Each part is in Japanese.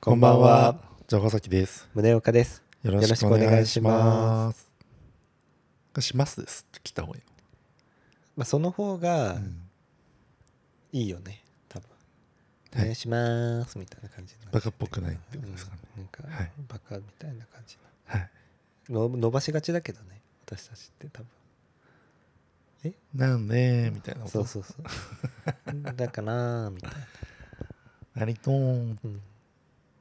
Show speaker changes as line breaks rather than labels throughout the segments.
こんばんは。城崎です。
宗岡です。
よ。
ろしくお願いします
しますですって来た方がいい
まあ、その方が
の。うん
いいよね。多分。
は
お
い
願いしますみたいな感じにな
バカっぽくないってことですかね。
うんなんか、
はい
バカみたいな感じ
はい。
のの。伸ばしがちだけどね。私たちって多分。
なんでみたいなこと。
そうそうそう。 だかなーみたいな。
ありとーん。
うん、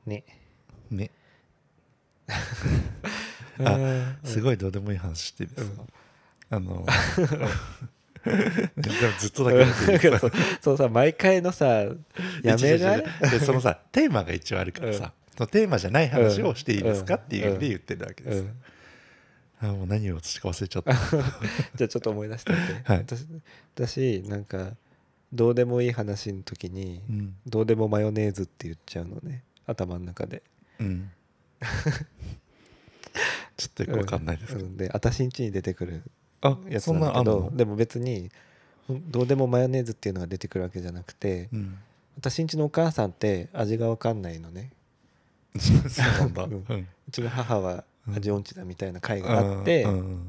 ね。
ね。あ
あ
す
い。
ごいどうでもいい話していいですか
う
あの。 でもずっとだけど
なん かそうそうさ毎回のさやめな
違う
い
違う違うでそ のさテーマが一応あるからさ、そのテーマじゃない話をしていいですか、
うん
っていう意味で言ってるわけです、
うん
あもう何を私か忘れちゃった
じゃあちょっと思い出してみて、
はい
私私なんかどうでもいい話の時に、
うん、
どうでもマヨネーズって言っちゃうのね頭の中で
うん、ちょっとよくわかんないですけ
う
ど、
んで私んちに出てくるや
あ
つ
そん
なん
な
だ
んあ
けど
んの、
でも別にどうでもマヨネーズっていうのが出てくるわけじゃなくて、
うん、
私んちのお母さんって味が分かんないのね
そうなんだ、
う
うんん、
うちの母は味音痴だみたいな会があって、
うんうん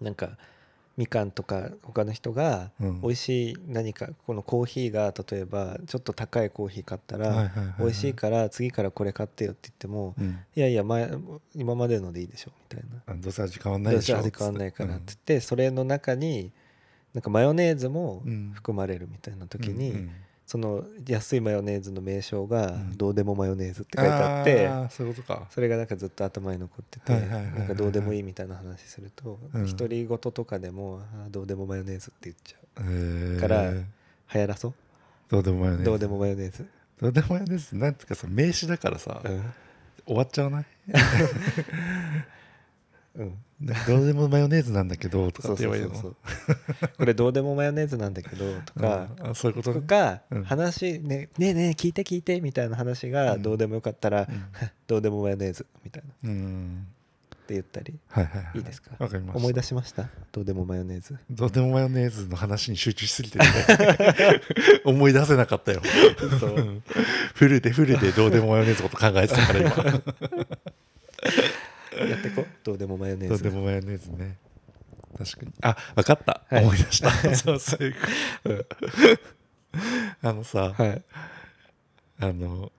なんかみかんとか他の人が
うん
美味しい何かこのコーヒーが例えばちょっと高いコーヒー買った
はいはい
ら
はいはい
美味しいから次からこれ買ってよって言っても
うん
いやいや前今までのでいいでしょみたいな
あどうせ味変わんないでしょ
どうせ味変わんないからって言っ
つって
それの中になんかマヨネーズも
うん
含まれるみたいな
て
時
うんうんう
に
ん
その安いマヨネーズの名称
う
が「
ん
どうでもマヨネーズ」って書いてあって
ーそういうことか
それがなんかずっと頭に残ってて、
はいはいはいはいはい
なんかどうでもいいみたいな話すると、
うん
独り言とかでもあーどうでもマヨネーズって言っちゃ
へー
からう流行らそう、
どうでもマヨネーズ
どうでもマヨネーズ、
どうでもマヨネーズなんていうかさ名詞だからさ、
うん
終わっちゃわない
うん、
ねどうでもマヨネーズなんだけどと
そ
か
う
って
そ
言わ
う
れ
そ
る
う
の
そうこれどうでもマヨネーズなんだけどとか、
うんあそういうこと
と
ね
か、
うん
話ねねえねえ聞いて聞いてみたいな話が
うん
どうでもよかったら、
うん
どうでもマヨネーズみたいなっ
うん
て言ったり
はいはいはい
いいですか
わかりました
思い出しましたどうでもマヨネー ズ
どうでもマヨネーズの話に集中しすぎ てね思い出せなかったよ。
そう
フルでフルでどうでもマヨネーズのこと考えてたから 今。
やってこどうでもマヨネ
ど
ー
うで
ズ
もマヨネーズね。確かに。あ、わかった。
はい
思い出した。 そうそういうことあのさ、
はい
あの、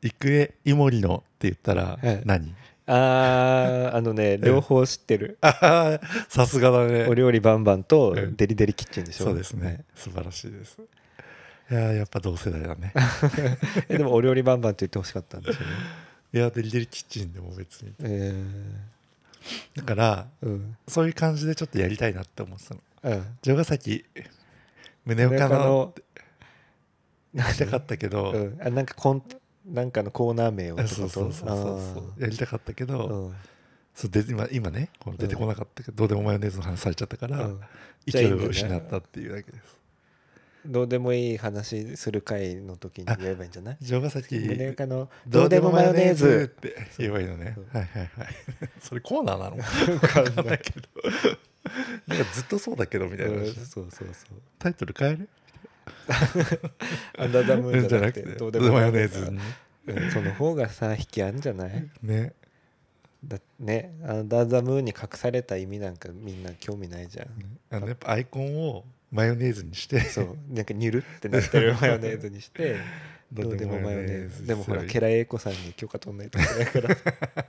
郁恵イモリのって言ったら
はい
何、
あーあのね両方知ってる、
ああーさすがだ
お
ね。
料理バンバンと
うん
デリデリキッチンでしょ
そうですね。素晴らしいです。いやーやっぱ同世代だ ね。
はいえでもお料理バンバンって言ってほしかったんですよ ね、
いやーデリデリキッチンでも別に。
え
だから、
ーうん
そういう感じでちょっとやりたいなって思ってたの。
うん
城ヶ崎、宗岡
なんか
の
なん
やりたかったけど、
うん、あなんかコンなんかのコーナー名をってこ
あ
と
そうそうそうそうやりたかったけ
あー
ど、
うん
そうで今今ねこの出てこなかったけど、どうでもマヨネーズの話されちゃったから、
うん
勢いを失ったっていうだけです
どうでもいい話する回の時に言えばいいんじゃない
城ヶ崎
胸中の「どうでもマヨネーズ
って言えばいいのね
そう
はいはい はいそれコーナーなのわ」
か
かんないけど なんかずっとそうだけどみたいな話、
そうそうそう
タイトル変える
アンダーザムーン
じ
じ
ゃ
ゃ
な
な
く
く
て
て
ど
ど
う
う
で
で
も
もマ
マヨ
ヨ
ネ
ネ
ー
ー
ズ
ズ
に、
うんその方がさ引きあんじゃない
ね
だねアンダーザムーンに隠された意味なんかみんな興味ないじゃん
あのやっぱアイコンをマヨネーズにして
そうなんかニュルってなってるマヨネーズにして どうでもマヨネーズでもほらケラエイコさんに許可取んないといけないから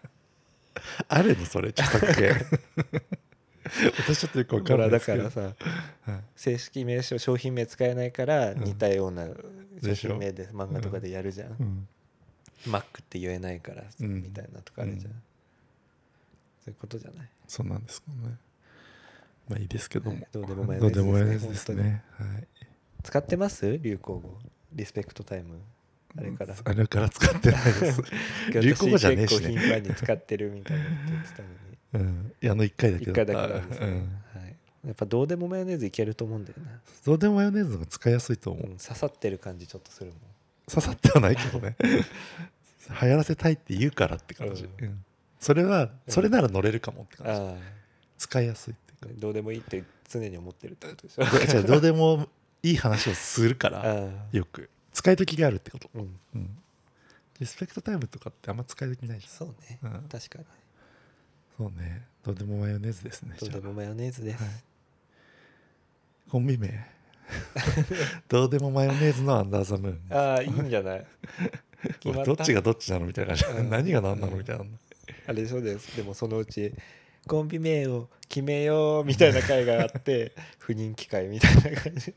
あるのそれ著作 権私ちょっとよくわか
ほ
んな
ら
いで
だ
すけ
か
ど
らさ
はい
正式名称商品名使えないから似たような商
でしょ
品名で漫画とかでやるじゃん
うん
マックって言えないから、
うん
みたいなとかあるじゃん、
うん
そういうことじゃない
そうなんですかねまあいいですけども
はいどうでもマヨ
ど
ネ
うでもマヨネ
ーズ
ーズ
で
ですす
ね本
ねはい
当に使ってます流行語リスペクトタイムあれから
あれから使ってないです 流行語じゃねえし
私結構頻
ね
繁に使ってるみたいなこと言って たのに
うんいやあの一回だけ
一
だ
回
った
だけなんですね、
うん
はい、やっぱどうでもマヨネーズいけると思うんだよな、
どうでもマヨネーズの方が使いやすいと
う、
思うん
刺さってる感じちょっとするもん
刺さってはないけどね 流行らせたいって言うからって感じ
う
うんそれはそれなら乗れるかもって感じ
あ
使いやすいっていう
あ
か
どうでもいいって常に思ってるってことでしょ
じゃあどうでもいい話をする か
あ
ら
あ
よく使い時があるってこと、
うん
うん、リスペクトタイムとかってあんま使い時ないじ
そうね、
うん
確かに
ゃんそうねどうでもマヨネーズですね
どう
じゃ
でもマヨネーズです、
はいあコ ンビ名どうでもマヨネーズのアンダーザムーン
ああいいんじゃない 決ま
どっちがどっちなのみたいな感じ、
うん
何が何なの
うん
みたいな、
あれそうですでもそのうちコンビ名を決めようみたいな会があって不人気会みたいな感じ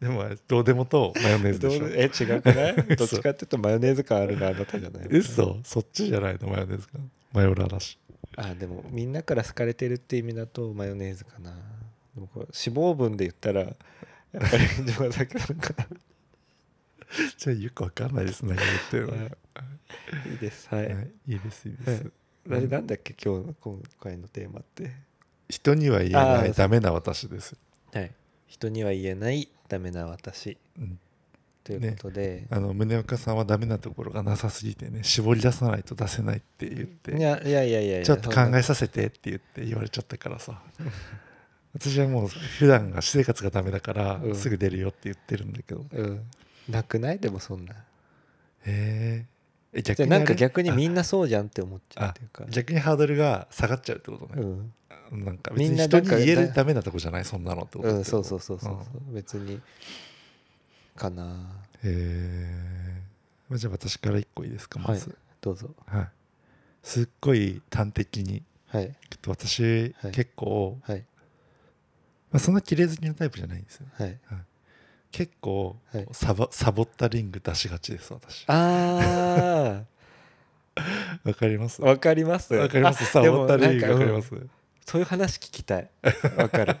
でもあれどうでもとマヨネーズ
どう
でしょ
え違くないどっちかっていうとマヨネーズ感あるのあなたじゃない
嘘そっちじゃないのマヨネーズかマヨラーだし
あでもみんなから好かれてるって意味だとマヨネーズかなでもこれ脂肪分で言ったらやっぱり 城崎さんか
じゃあよくわかんないですね言ってるのが
いいですはい、
はいいいですいいです、
はあれなんだっけ今日の今回のテーマって
人には言えな
あ
い
ー
ダメな私です、
はい人には言えないダメな私
うん、
ということで、
あの宗岡さんはダメなところがなさすぎてね絞り出さないと出せないって言って
いやいやいやいやいや
ちょっと考え
そ
させてって言って言われちゃったからさ私はもう普段が私生活がダメだから
うん
すぐ出るよって言ってるんだけど、
んなうんなくないでもそんな
へええ
じ
逆
ゃあ
に
な
あ
んか
れ
逆に
あ
みんなそうじゃんって思っちゃうっていうか
逆にハードルが下がっちゃうってこと
う
ね、
ん
なんか別
みん
に
な
人
なん
に
か
言え
だ
るダメなとこじゃないそんなのってこと
うん、そう
う
そうそうそうそう、別にかな
へえまあじゃあ私から一個いいですかま
はい
ず、
どうぞ
はいすっごい端的に
はい
私、
はい
結構、
はい
まあ、そんな綺麗好きなタイプじゃないんですよ
はい
結構、
はい
サボサボったリング出しがちです私
あ
わかります
あわかります
わかりますサ
あで
ボっ
も
たリング
なん
わかり
う
ま
ん
す
そういう話聞きたいわかる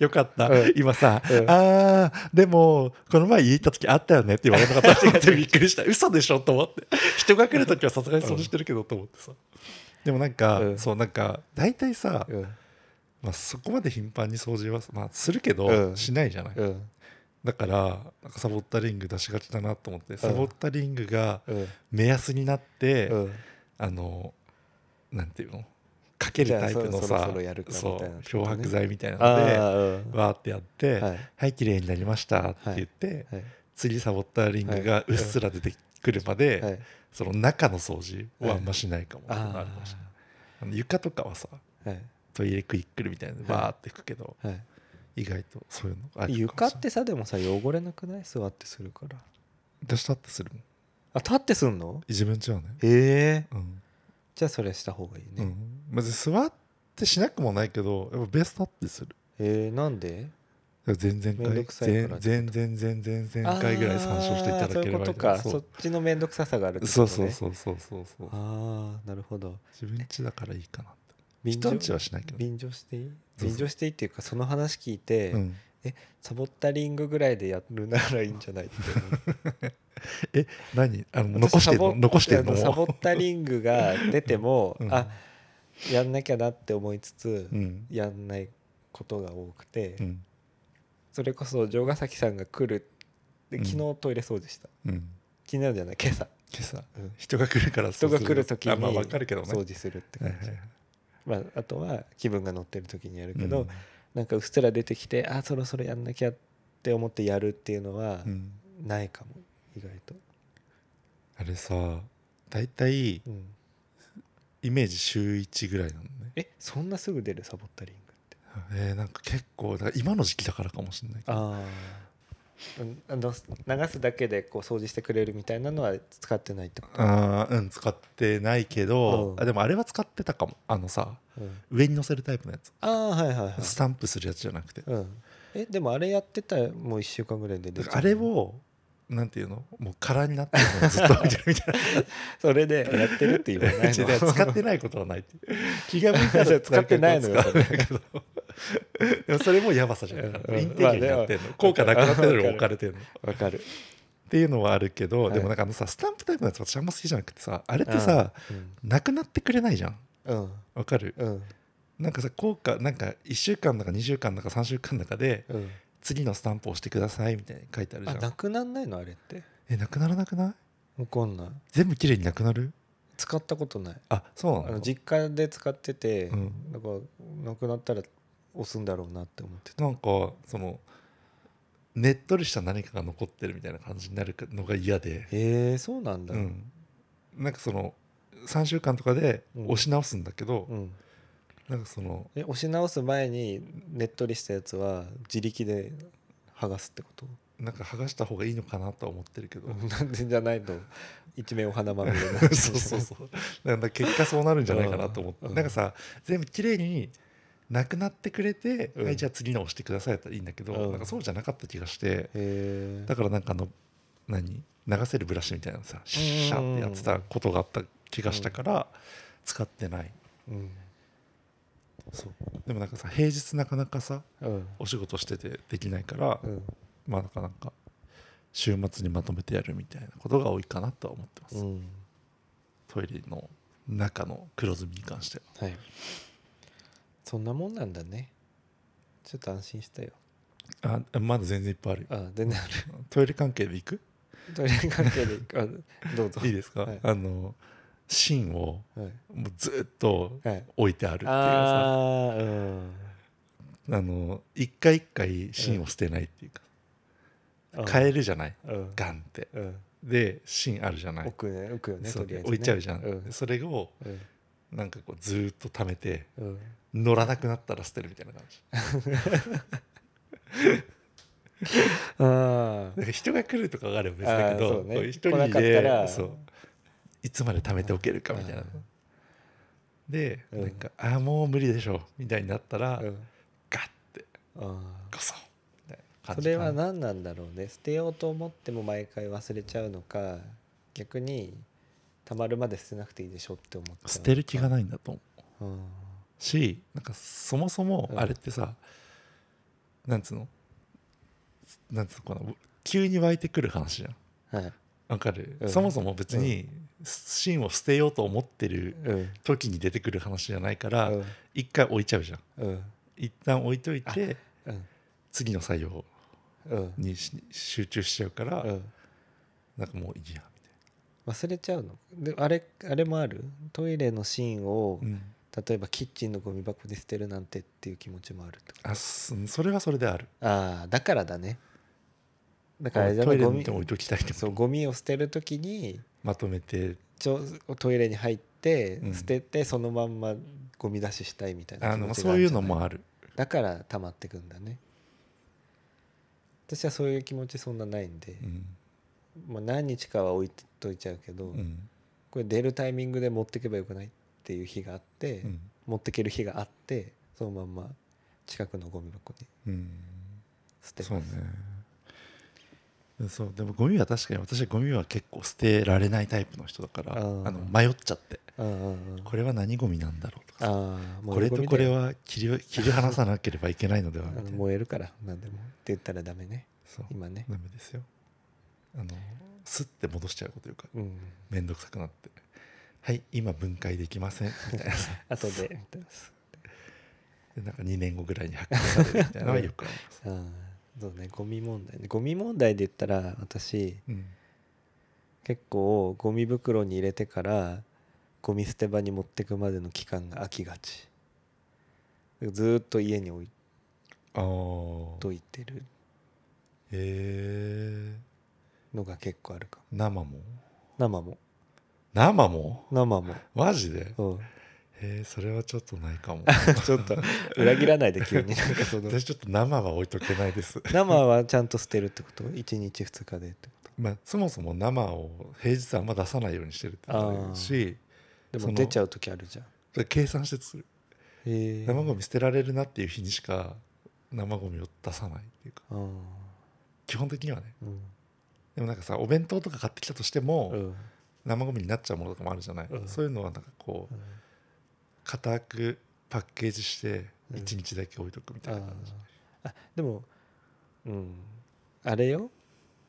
よかった、
うん
今さ、
うん
あーでもこの前家行った時あったよねって言われなかったと思っ
違
て
う違う
びっくりした嘘でしょと思って人が来る時はさすがにそうしてるけどと思ってさでもなんか、
うん
そうなんか大体さ、
うん
まあ、そこまで頻繁に掃除は、まあ、するけど、
うん
しないじゃない、
うん
だからなんかサボったリング出しがちだなと思ってサボったリングが
うん
目安になって、
うん
あのなんていうのかけるタイプの
じゃあそろ
さ
そろやるかみたい
そ
な
う
とこね
漂白剤みたいな
あ
ので
あうん
わーってやって「
は
はいい、綺麗になりました」って言って、
はい
次サボったリングがうっすら出てくるまで、
はい
その中の掃除はあんましないかも、
あ
ってなるかもしれないあの床とかはさ
あはい
トイレクイックルみたいなので
はい
わーって拭くけど、
はい
意外とそういうのあるかもしれない
床ってさでもさ汚れなくない座ってするから
私だってするもん
あ立ってすんの
自分ちはね
ええ
うん、
じゃあそれした方がいいうね
ん、まず座ってしなくもないけどやっぱベースだってする
えーなんで
全然
めんど
回
くさいから
全然全然全々回ぐらい参照していただけれ
あーそ
ば
ういうこと
いいな
かそっちの面倒くささがあるってこと
そ
ね
うそうそうそうそうそう
ああなるほど
自分家だからいいかなって
便
人
乗
んちはしないけどね
便乗していい
そうそう
便乗していいっていうかその話聞いて、
うん
サボったリングぐらいでやるならいいんじゃないって思う
何あの
私
残してる
サボ
の残してるの
あサボ
も
ったリングが出ても、
うん
あやんなきゃなって思いつつ、
うん
やんないことが多くて、
うん
それこそ城ヶ崎さんが来るで
うん
昨日トイレ掃除した、
うん
昨日じゃない今朝
今朝
うん
人が来るから
人
そうす
が来る時に
あまあわかるけどね
掃除するって
はい
感
はい
じ、
はい
まあ、あとは気分が乗ってる時にやるけ
う
ど
ん、
なんかうっすら出てきてあそろそろやんなきゃって思ってやるっていうのは
うん
ないかも意外と、
あれさ大体
うん、
イメージ週1ぐらいなのね
えそんなすぐ出るサボったリングって
えーなんか結構だから今の時期だからかもしれないけど
ああの流すだけでこう掃除してくれるみたいなのは使ってないってこ
あーうん使ってないけど、
うん
あでもあれは使ってたかもあのさ
と、うん、
上に乗せるタイプのやつ
ああはいはいはい、
スタンプするやつじゃなくて、
うん、えでもあれやってたらもう1週間ぐらいで出
だ
ち
か
ゃう
らあれをなんていうのもう空になってるのをずっと見てるみたい
それでやってる って言わな
な
い
感じで
の
使ってないことはないって気が向いた
じゃ
ら
あ 使ってないのよ
使うんだけど でもそれもやばさじゃないか
うん
らインテリアになってんの効果なくなってるのに置かれてんのっ
わかる
ていうのはあるけど
はい
でもなんかあのさスタンプタイプのやつ私あんま好きじゃなくてさあれっ
だ
てさなくなってくれないじゃん
うん
わかる
うん
なんかさ効果なんか1週間だか2週間だか3週間だかで
うん
次のスタンプを押してくださいみたいに書いてあるじ
あ
ゃん
なくなんないのあれって
えなくならなくない
わかんない
全部綺麗になくなる
使ったことない
あそう
あ
なの
の実家で使ってて、
うん
なんかなくなったら押すんだろうなって思ってた
なんかそのねっとりした何かが残ってるみたいな感じになるのが嫌で、
へえそうなんだ、
うん、なんかその3週間とかで
うん
押し直すんだけど、
うん、
なんかその
え押し直す前にねっとりしたやつは自力で剥がすってこと
なんか剥がした方がいいのかなとは思ってるけど、
なんでじゃないと一面お花まみれになっちゃ
そうそうそう なんか結果そうなるんじゃないかなと思って、
うん
なんかさ全部綺麗になくなってくれて、
うん
はいじゃあ次の押してくださいだったらいいんだけど、
うん
なんかそうじゃなかった気がして、
へえ
だからなんかあの何流せるブラシみたいなのさシャってやってたことがあった気がしたから、使ってない
うん
そうでもなんかさ平日なかなかさ
うん
お仕事しててできないから、
うん
まあなんかなんか週末にまとめてやるみたいなことが多いかなとは思ってます、
うん
トイレの中の黒ずみに関しては
はいそんなもんなんだねちょっと安心したよ
あまだ全然いっぱいあるよ
あ 全然あ
トイレ関係で行く
るトイレ関係であどうぞ
いいですか、
はい
あの芯を
はい
もうずっと
はい
置いてあるっていうさあ
ああうん
の一回一回芯を捨てないっていう
う
か、
ん
変えるじゃない
うん
ガンって
うん
で芯あるじゃない
置くね置くよね
そう
とりあえずね
置いちゃうじゃん、
うん
それを
うん
なんかこうずーっと貯めて
うん
乗らなくなったら捨てるみたいな感じ
ああ
なんか人が来るとかがあれば別だけ
あーそ
ど
うね
こう一人
来なかったら
でそういつまで貯めておけるかみたいな
あー
で
うん
なんか「ああもう無理でしょ」みたいになったら
うん
ガッて
ああ
ゴソッみたいな感
そ
じ
れは
かな
何なんだろうね捨てようと思っても毎回忘れちゃうのか逆にたまるまで捨てなくていいでしょって思っちゃうのか
捨てる気がないんだと思う
うん
しなんかそもそも
うん
あれってさなんつうのなんつうのかな急に湧いてくる話じゃん
はい
わかる、
うん
そもそも別に芯を捨てようと思ってる
うん
時に出てくる話じゃないから
うん
一回置いちゃうじゃん
うん
一旦置いといて
うん
次の作業
うん
にし集中しちゃうから、
うん
なんかもういいや
忘れちゃうのであれあれもあるトイレのシーンを
みたいな、
例えばキッチンのゴミ箱で捨てるなんてっていう気持ちもあるってこ
あそそれはそれである
とああだからだねだからあれじゃな
ト
い
イレ
ゴ
に
ミ
でも置いときたいけ
そ
ど
うゴミを捨てるときに
まとめて
ちょトイレに入って
うん
捨ててそのまんまゴミ出ししたいみたいな
あ
気
の
持ちが
そういうの
あるんじゃな
もある
だから溜まってくんだね私はそういう気持ちそんなないんで
う、ん、
まあ、何日かは置いといちゃうけど、
うん
これ出るタイミングで持ってけばよくないっていう日があって、
うん
持ってける日があってそのまんま近くのゴミ箱に
うん、
捨て
そう
ま
ね
す
そうでもゴミは確かに私はゴミは結構捨てられないタイプの人だからあ
あー
の迷っちゃって
うんうんうん
これは何ゴミなんだろうとかさ
ああ
これとこれは切 り切り離さなければいけないのでは
あ
みた
の
いな
燃えるから何でもって言ったらダメね
そう
今ね
ダメですよあのスッて戻しちゃうことよくある
うん
めんどくさくなってはい今分解できませんみ たいなさ
後でみたいな、
でなんか2年後ぐらいに発覚されるみたいなのはよくあります
うんそうねゴミ問題ねゴミ問題で言ったら私
うん、
結構ゴミ袋に入れてからゴミ捨て場に持ってくまでの期間が空きがちずーっと家に置い
ああ
といてる
へえ
のが結構あるかも
生も
生も
生も
生も
マジで
うん
へえそれはちょっとないかも
ちょっと裏切らないで急 になんかその
私ちょっと生は置いとけないです
生はちゃんと捨てるってこと1日2日でってこ
まあそもそも生を平日あんま出さないようにしてるってのもあるし
とで
そ
も
の
出ちゃう時あるじゃん
それ計算してする
へえ
生ゴミ捨てられるなっていう日にしか生ゴミを出さないっていうか
あー
基本的にはね
うん
でもなんかさお弁当とか買ってきたとしても、
うん
生ゴミになっちゃうものとかもあるじゃない、
うん
そういうのはなんかこう
うん
固くパッケージして
うん
1日だけ置いとくみたいな感じ、
あーあでもうんあれよ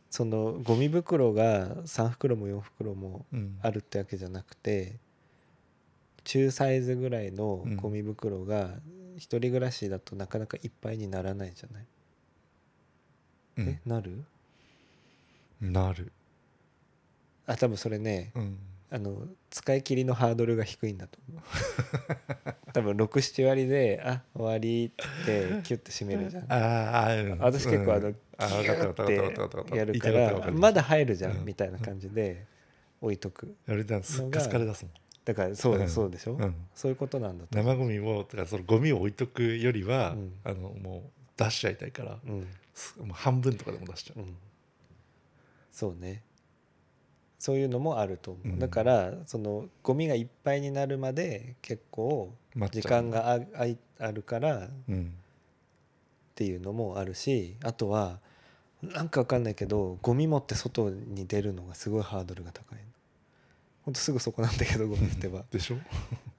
そのゴミ袋が3袋も4袋も
うん
あるってわけじゃなくて中サイズぐらいの
うん
ゴミ袋が一人暮らしだとなかなかいっぱいにならないじゃない、
うん
えなる
なる、
あ多分それね
うん、
あの使い切りのハードルが低いんだと 思う多分67割で「あ終わり」ってってキュッて閉めるじゃん
ああー、うん、
私結構あの
うん
ギ
あーわかったわかったわかったわかった
ュ
わか
っ
った
てやるか
言いたいことはわ
ら
る
まだ入るじゃ
うん
んみたいな感じで置いとく
あれだすっかすかで出すもん
だからそう
う
だ
ん
そうでしょ、
うん
そういうことなんだと、
生ゴミをとかそのゴミを置いとくよりは、
うん
あのもう出しちゃいたいから、
うん
すもう半分とかでも出しちゃう、
うん、そうねそういうのもあると思う、
うん
だからそのゴミがいっぱいになるまで結構
待っ
時
ちゃう
間がああいあるから
うん
っていうのもあるしあとはなんかわかんないけどゴミ持って外に出るのがすごいハードルが高いほんとすぐそこなんだけどゴミ捨て場
でしょ、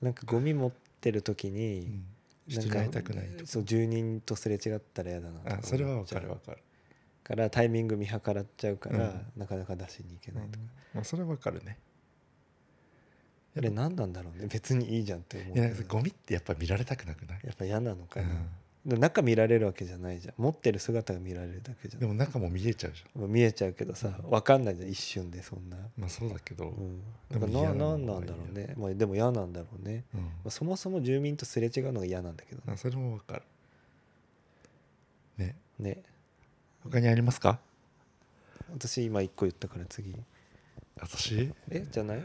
なんかゴミ持ってる時
う
に、
ん、
な
人
ん
に
か
会いたくないと
そう住人とすれ違ったら嫌だなとか
あそれはわかるわかる、
からタイミング見計らっちゃうから、
うん
なかなか出しに行け
う
ない
ん
とか、
まあ、それはわかるね
あれ何なんだろうね別にいいじゃんって思う
い
け
や
ど
なんかゴミってやっぱ見られたくなくない、
やっぱ嫌なのか
う
な、
ん
でも中見られるわけじゃないじゃん持ってる姿が見られるだけじゃん
でも中も見えちゃうじゃ
まあ見えちゃうけどさ分かんないじゃん一瞬でそんな、
んまあそうだけど、
うん、
で
なん
も
か
嫌な
なな
のがいい
んなん
よ
だろうね、まあ、でも嫌なんだろうね、
うん
まあ、そもそも住民とすれ違うのが嫌なんだけどね
あそれもわかるね
ね
他にありますか
私今一個言ったから次
私
えじゃない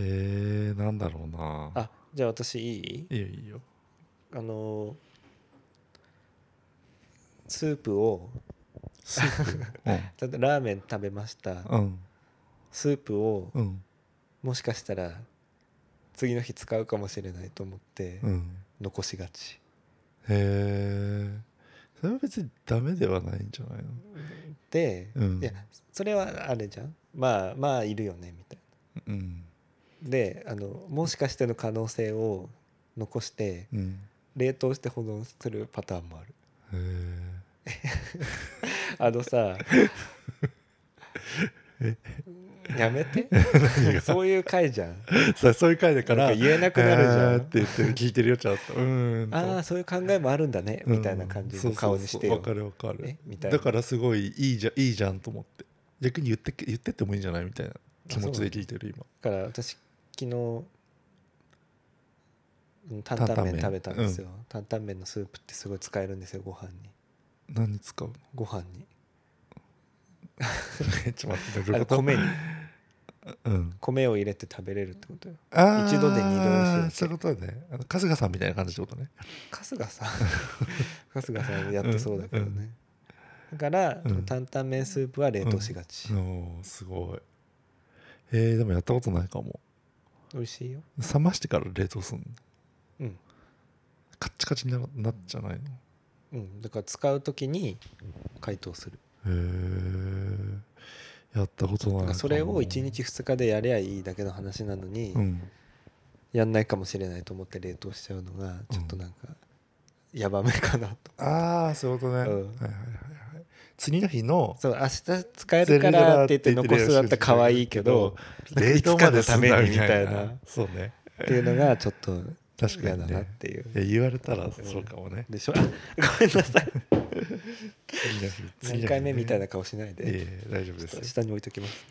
えー、なんだろうな
あじゃあ私いい
いいよいいよ
あのースープを
スープ
ただラーメン食べました
うん
スープを
うん
もしかしたら次の日使うかもしれないと思って
うん
残しがち、
へえそれは別にダメではないんじゃないの
で、
うん
いやそれはあれじゃんまあまあいるよねみたい
うん
なであのもしかしての可能性を残して
うん
冷凍して保存するパターンもある
へえ
あのさやめてそういう回じゃん
さそういう回だから
なんか言えなくなるじゃん
あーって言って聞いてるよちゃんとうーんと
ああそういう考えもあるんだねみたいな感じの顔にしてよ、
わかるわかる
えみたいな
だからすごいいいじゃんいいじゃんと思って逆に言ってけ言ってってもいいんじゃないみたいな気持ちで聞いてる今
だから私昨日うん担々麺食べたんですよ担々麺のスープってすごい使えるんですよご飯に
何使うの
ご飯に
ちょっと待ってどう
あの
いうこと
米に
うん
米を入れて食べれるってことよ
あー
一度で二度美味しいわけ
そういうことねあの春日さんみたいな感じってことね
春日さん 春日さんやってそうだけど
うんう
ねだから
うん
担々麺スープは冷凍しがち
おーすごいえー、でもやったことないかも
美味しいよ
冷ましてから冷凍すんの
うん
カッチカチにななっちゃないの
うんだから使う時に解凍する
へーやったこ
だか
とないかも
らそれを1日2日でやりゃいいだけの話なのに、
うん
やんないかもしれないと思って冷凍しちゃうのがちょっとなんかやばめかなと、
ああそういうことね、
うん
はいはいはいはい次の日の
そう明日使えるからって言って残すだったら可愛いけど
冷凍まで
た
すん
め
な
にみ
みた
た
い
い
な
な
そうね
っていうのがちょっと
確か
嫌
に
だなっ
ね
ていう
いや言われたらそうかもね
でしょあごめんなさい
次の日次
何
の日ね
回目みたいな顔しない
いえ
で
いえ大丈夫ですよ
下に置いときます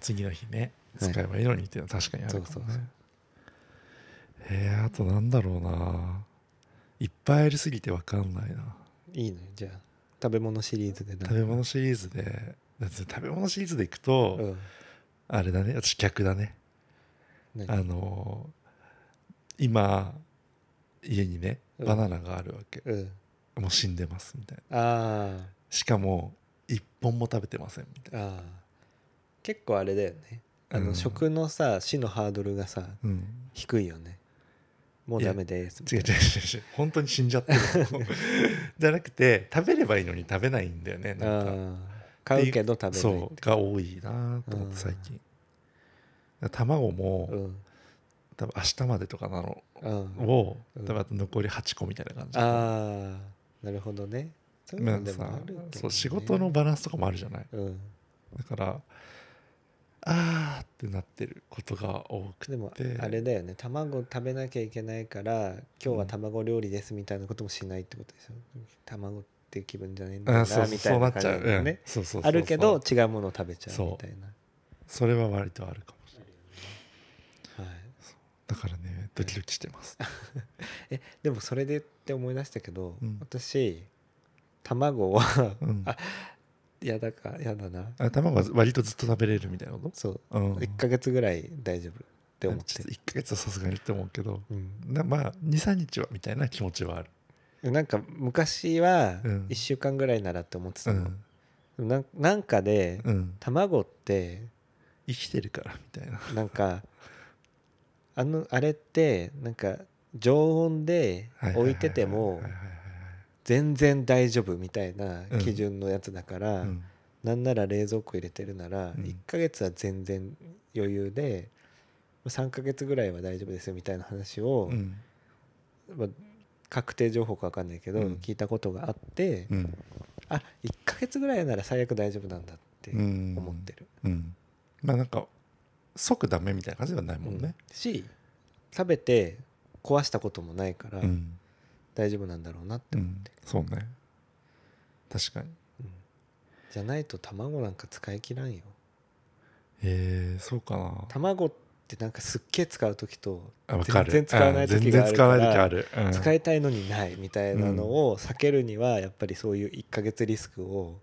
次の日ね
は
使
い
えばいいのにっていうのは確かにあるか
そう
も
そうそう
ねえーあとなんだろうないっぱいありすぎてわかんないない
いのよじゃあ食べ物シリーズでな
食べ物シリーズでだって食べ物シリーズでいくと、
うん
あれだね私客だねあ
何
のー今家にね
うん
バナナがあるわけ、
うん
もう死んでますみたいな
あー
しかも一本も食べてませんみたい
あー結構あれだよねあの、
うん
食のさ死のハードルがさ
な、うん、
低いよねもうダメですみ
違
た
う
いな
違う違う違う本当に死んじゃっ てるじゃなくて食べればいいのに食べないんだよねなんか
あー買うけど食べない
そうが多いなと思
う
って
ん
最近卵も、
うん
多分明日までとかなの
うん、
を、
うん
多分あと残り8個みたいな感じ
ああなるほどねそういう
な
の
んか
で
さ
もあると思うね
そう仕事のバランスとかもあるじゃない
うん
だからあーってなってることが多くて
でもあれだよね卵食べなきゃいけないから今日は卵料理ですみたいなこともしないってことでしょ、卵っていう気分じゃないんだ
あ
な
そう
み
そ
た
う
い
な
な
っ
感
ち
じ
ゃ
だ
う,、
よ
うん
ね、
そうそうそうそう
あるけど違うものを食べちゃうみたいな
それは割とあるかもしれない
はい
だからねドキドキしてます
えでもそれでって思い出したけど、
うん
私卵は
うん
あいやだからやだな
あ卵は割とずっと食べれるみたいなこ
そう
と、うん、
1ヶ月ぐらい大丈夫って思っ
ちょ
て
っと
る、
1ヶ月はさすがにって思うけど
うん、
なまあ23日はみたいな気持ちはある、
なんか昔は
うん
1週間ぐらいならって思って
う
たの、
ん
なん、なんかで
うん、
卵って
生きてるからみたいな
なんかあのあれってなんか常温で置いてても
はいはいはい
全然大丈夫みたいな
うん
基準のやつだから、
はいうん
なんなら冷蔵庫入れてるなら
うん
1ヶ月は全然余裕で3ヶ月ぐらいは大丈夫ですよみたいな話を、
うん
まあ確定情報か分かんないけど、
うん
聞いたことがあって、
うん
あ1ヶ月ぐらいなら最悪大丈夫なんだって
うん
思ってる、
うんまあなんか即ダメみたいな感じではないも
うんん
ね、
し食べて壊したこともないから
うん
大丈夫なんだろうなって、
うん、そうね確かに
うんじゃないと卵なんか使い切らんよ
へえそうかな
卵ってなんかすっげえ使う時と
あわかる
全然使わない時があるから
うん全然使わない時ある、うん
使いたいのにないみたいなのを避けるにはやっぱりそういう1ヶ月リスクを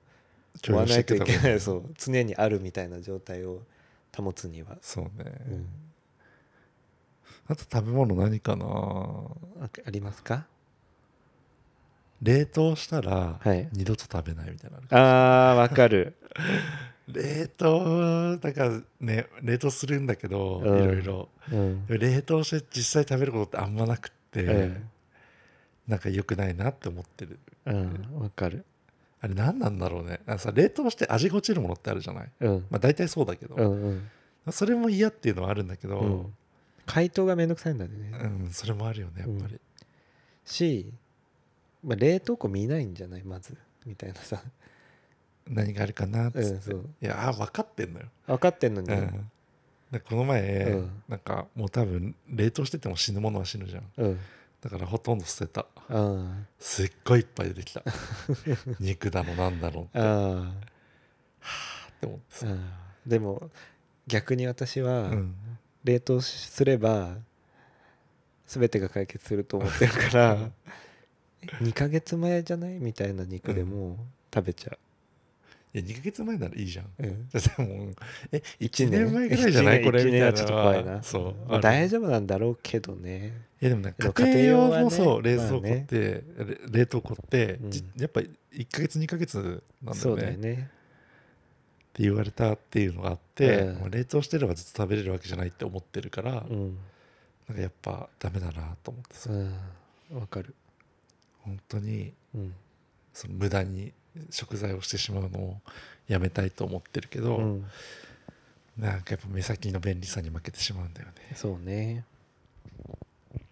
負
共
わ
有し
な
て
いといけ
た方
な
が
いそう常にあるみたいな状態を保つには、
そうね、
うん
あと食べ物何かな
あありますか
冷凍したら
はい
二度と食べないみたいなのある
あーわかる
冷凍だからね冷凍するんだけど、
うん
いろいろ
うん、
でも冷凍して実際食べることってあんまなくって、なんか良くないなって思ってる
うんわかる
あれ何なんだろうねあのさ冷凍して味が落ちるものってあるじゃない
うん
まあ大体そうだけど、
うんうん
それも嫌っていうのはあるんだけど、うん
解凍がめんどくさいんだよね
それもあるよねやっぱり、
し、まあ、冷凍庫見ないんじゃないまずみたいなさ
何があるかなっつって、
うんそう
いやあ分かってんのよ、
分かってんのに、
うんでこの前、
うん
なんかもう多分冷凍してても死ぬものは死ぬじゃん
うん
だからほとんど捨てた
あ
すっごいいっぱい出て きた肉だのなんだろ
ああ
うって思ってさ、
あでも逆に私
う
は
ん、
冷凍すれば全てが解決すると思ってるか
う
ら
ん
2ヶ月前じゃないみたいな肉でも食べちゃ
いや2ヶ月前ならいいじゃん
う、うん、
じゃあでもえ1年前ぐらいじゃな
一
い
年
これ
一年
みたいな
は
の
ちょっと
は
怖いな
そう
まあ
ある
大丈夫なんだろうけどね
いやでもなん
でも
か
家
家
庭
庭
用は
用
ね
のそう冷蔵庫っ
まあね
て、れ冷凍庫って、じ
うん
やっぱ1ヶ月2ヶ月なんだ
そ
よ
う
ね
だよね
って言われたっていうのがあって、
うん
もう冷凍してればずっと食べれるわけじゃないって思ってるから、
うん
なんかやっぱダメだなと思ってさ、
うんわかる
本当に
うん
その無駄に食材をしてしまうのをやめたいと思ってるけど、
うん
なんかやっぱ目先の便利さに負けてしまうんだよね
そうね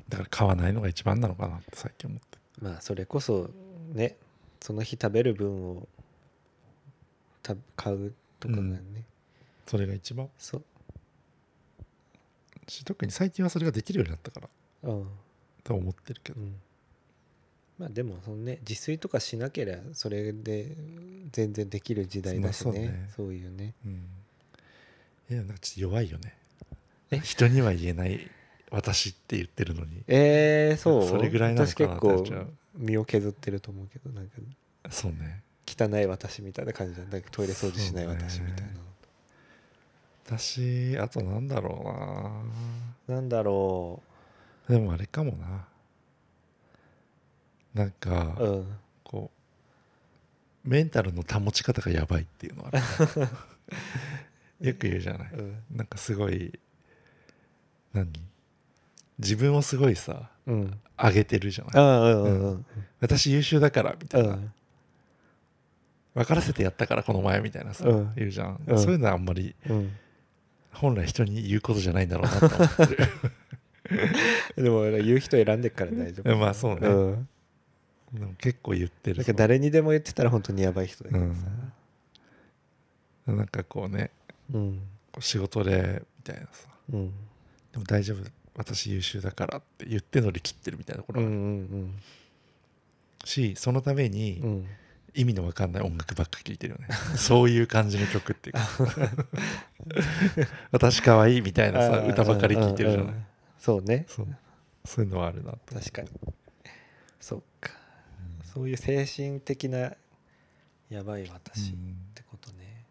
だから買わないのが一番なのかなって最近思って
まあそれこそねその日食べる分をた買うとかだよね、
それが一番
そう
し特に最近はそれができるようになったから
うん
と思ってるけ
う
ど、
んまあでもそのね自炊とかしなければそれで全然できる時代だしね,、
まあ
そ
そううね
いうね
うん、いやなんかちょっと弱いよね
え
人には言えない私って言ってるのに
えー、そう
それぐらいなの
私
か
結
なって思
構
っちゃう
身を削ってると思うけどなんか
そうね
汚い私みたいな感じじゃんなんかトイレ掃除しない私みたい
そう
な、
ね私あとなんだろう
なんだろ
なでもあれかもななんか、
ううん
こうメンタルの保ち方がやばいっていうのはあ るよく言うじゃない
うん
なんかすごい何自分をすごいさ
うん
上げてるじゃ
あ
ない
あうんうんうん
私優秀だからみた
う
いなん分からせてやったからこの前みたいなさ、
うん
言うじゃん、
うん
そういうのはあんまり
うん
本来人に言うことじゃないんだろうなと思ってる
でも俺言う人選んでっから大丈夫。
まあそうね
うん。
でも結構言ってる
なんか誰にでも言ってたら本当にやばい人だ
う
けどさ。
ん、なんかこうね
うん。
こう仕事でみたいなさ
うん。
でも大丈夫私優秀だからって言って乗り切ってるみたいなとこ
う
ろ
ん
あ
う
る
ん
しそのために
うん。うん。
意味のわかんない音楽ばっか聴いてるよね そういう感じの 曲っていうか私可愛いみたいなさ
あー
歌ばかり聴いてるじゃ
うん
な
う
い
んそうね。
そうそういうのはあるなと
確かに。そっか。そういう精神的なやばい私、
う
っ
ん
てことね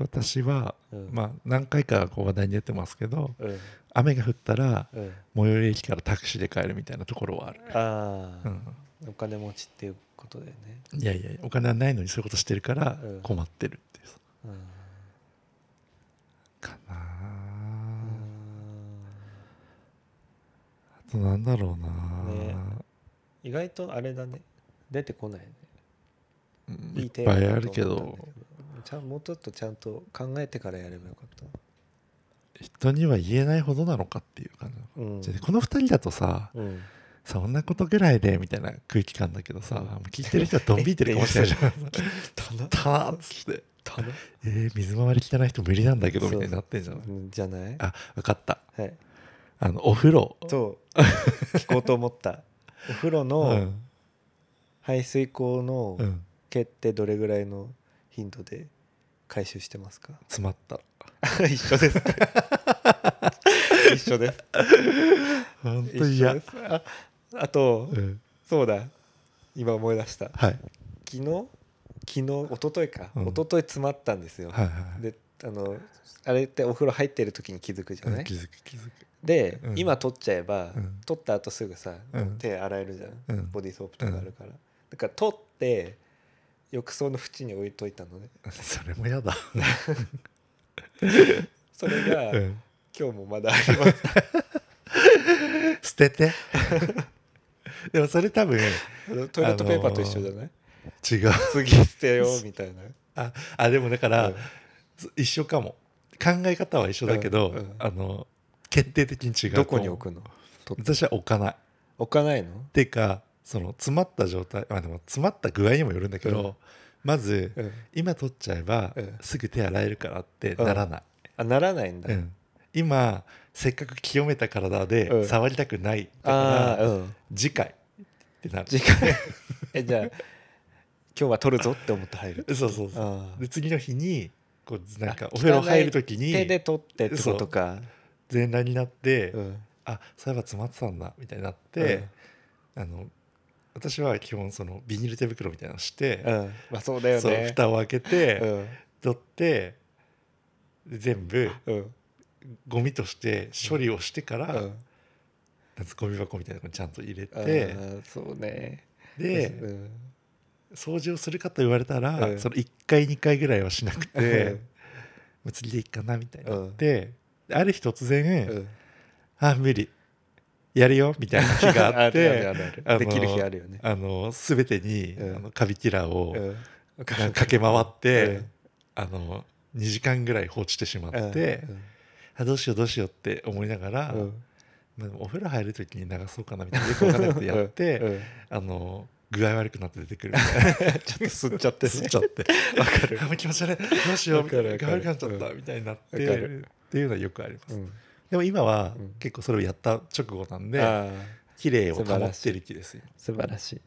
私は、
うん
まあ、何回かこう話題に出てますけど
うん
雨が降ったら
うん
最寄り駅からタクシーで帰るみたいなところはある、
ああ、
うん、
お金持ちっていうことだよね
いやいやお金はないのにそういうことしてるから
うん
困ってるっていう
うんう
かなあ
ん
あとなんだろうな、
ね意外とあれだね出てこないね
うん
い
い
い
っ
テー
ぱ
マ
い
だ
あ
と
るけ
思っ
ど
たんだちゃんもうちょっとちゃんと考えてからやればよかっ
人には言えないほどなのかっていう感じなの
たうん
じゃあこの2人だとさ
うん
そんなことぐらいでみたいな空気感だけどさ、もう聞いてる人はドン引いてるかもしれないじゃん
棚
たーっつって
棚
えー、水回り汚い人無理なんだけどみたいになってんじゃない
うんじゃない
あ分かった
はい
あのお風呂
そう聞こうと思 ったお風呂
う
の
ん
排水口の
うん
毛ってどれぐらいの頻度で回収してますか
詰まった
一緒です 一緒です
本当
一緒
嫌
ですああと
うん
そうだ今思い出した
はい
昨日昨日一昨日か、
う
一
ん
昨日詰まったんですよ、
はいはい
であのあれってお風呂入ってる時に気づくじゃ
う
ない、
ん気づく気づく
で、
うん
今取っちゃえば、
うん
取った後すぐさ、
うん
手洗えるじゃん、
うん
ボディーソープとかあるから、だから取って浴槽の縁に置いといたのね
それも嫌だ、
それが、
うん
今日もまだあり ます
捨ててでもそれ多分
あのトイレットペーパーと一緒じゃない、
違う
次捨てようみたいな
ああでもだから、
うん
一緒かも考え方は一緒だけど、
うんうん
あの決定的に違う
ど
と思う
こに置くの
私は置かない
置かないの
ていうかその詰まった状態まあでも詰まった具合にもよるんだけど、
うん
まず、
うん
今取っちゃえば、
うん
すぐ手洗えるからって
うん
ならない、
あならないんだ、
うん今せっかく清めた体
う
で
ん
触りたくないだ
あ
か
あ
ら、
うん
次回ってなる
次回 えじゃあ今日は取るぞって思って入る
そうそうそう
あ
で次の日にこうなんか
あ
お風呂入る時
ー
に
手で取ってってことか
全裸になって、
うん
あそういえば詰まってたんだみたいになって、あの私は基本そのビニール手袋みたいなのして、
うんうんまあそうだよね
そう蓋を開けて、
うん
取ってで全部
うん
ゴミとして処理をしてから、
うん
夏ゴミ箱みたいなのにちゃんと入れ
あ
て、
ーそうね
で
うん
掃除をするかと言われたら、
うん
その1回2回ぐらいはしなくて、
うん
もう次でいいかなみたいになって、である日突然「
うん
あ無理やるよ」みたいな日があっ
あるあ
て。
るある
あの
できる日あるよね
あの全てに、
うん
あのカビキラーを、
うん
か駆け回って、
うん
あの2時間ぐらい放置してしまって、
うん
あどうしようどうしようって思いながら、
うん
まあ、お風呂入る時に流そうかなみたいなよくわかんないことやって、
うんうん
あの具合悪くなって出てくる みたいな
ちょっと吸っちゃってね
吸っちゃ って
わかる
あもう気持ち悪いどうしよう
わ
み
か
た
る
いな
わ
具
か
合
る
悪くなっちゃった、
うん
みたいになっ
わ
て
かる
っていうのはよくあります、
うん
でも今は
うん
結構それをやった直後なんで
あー
綺麗を保ってる気ですよ
素晴らしい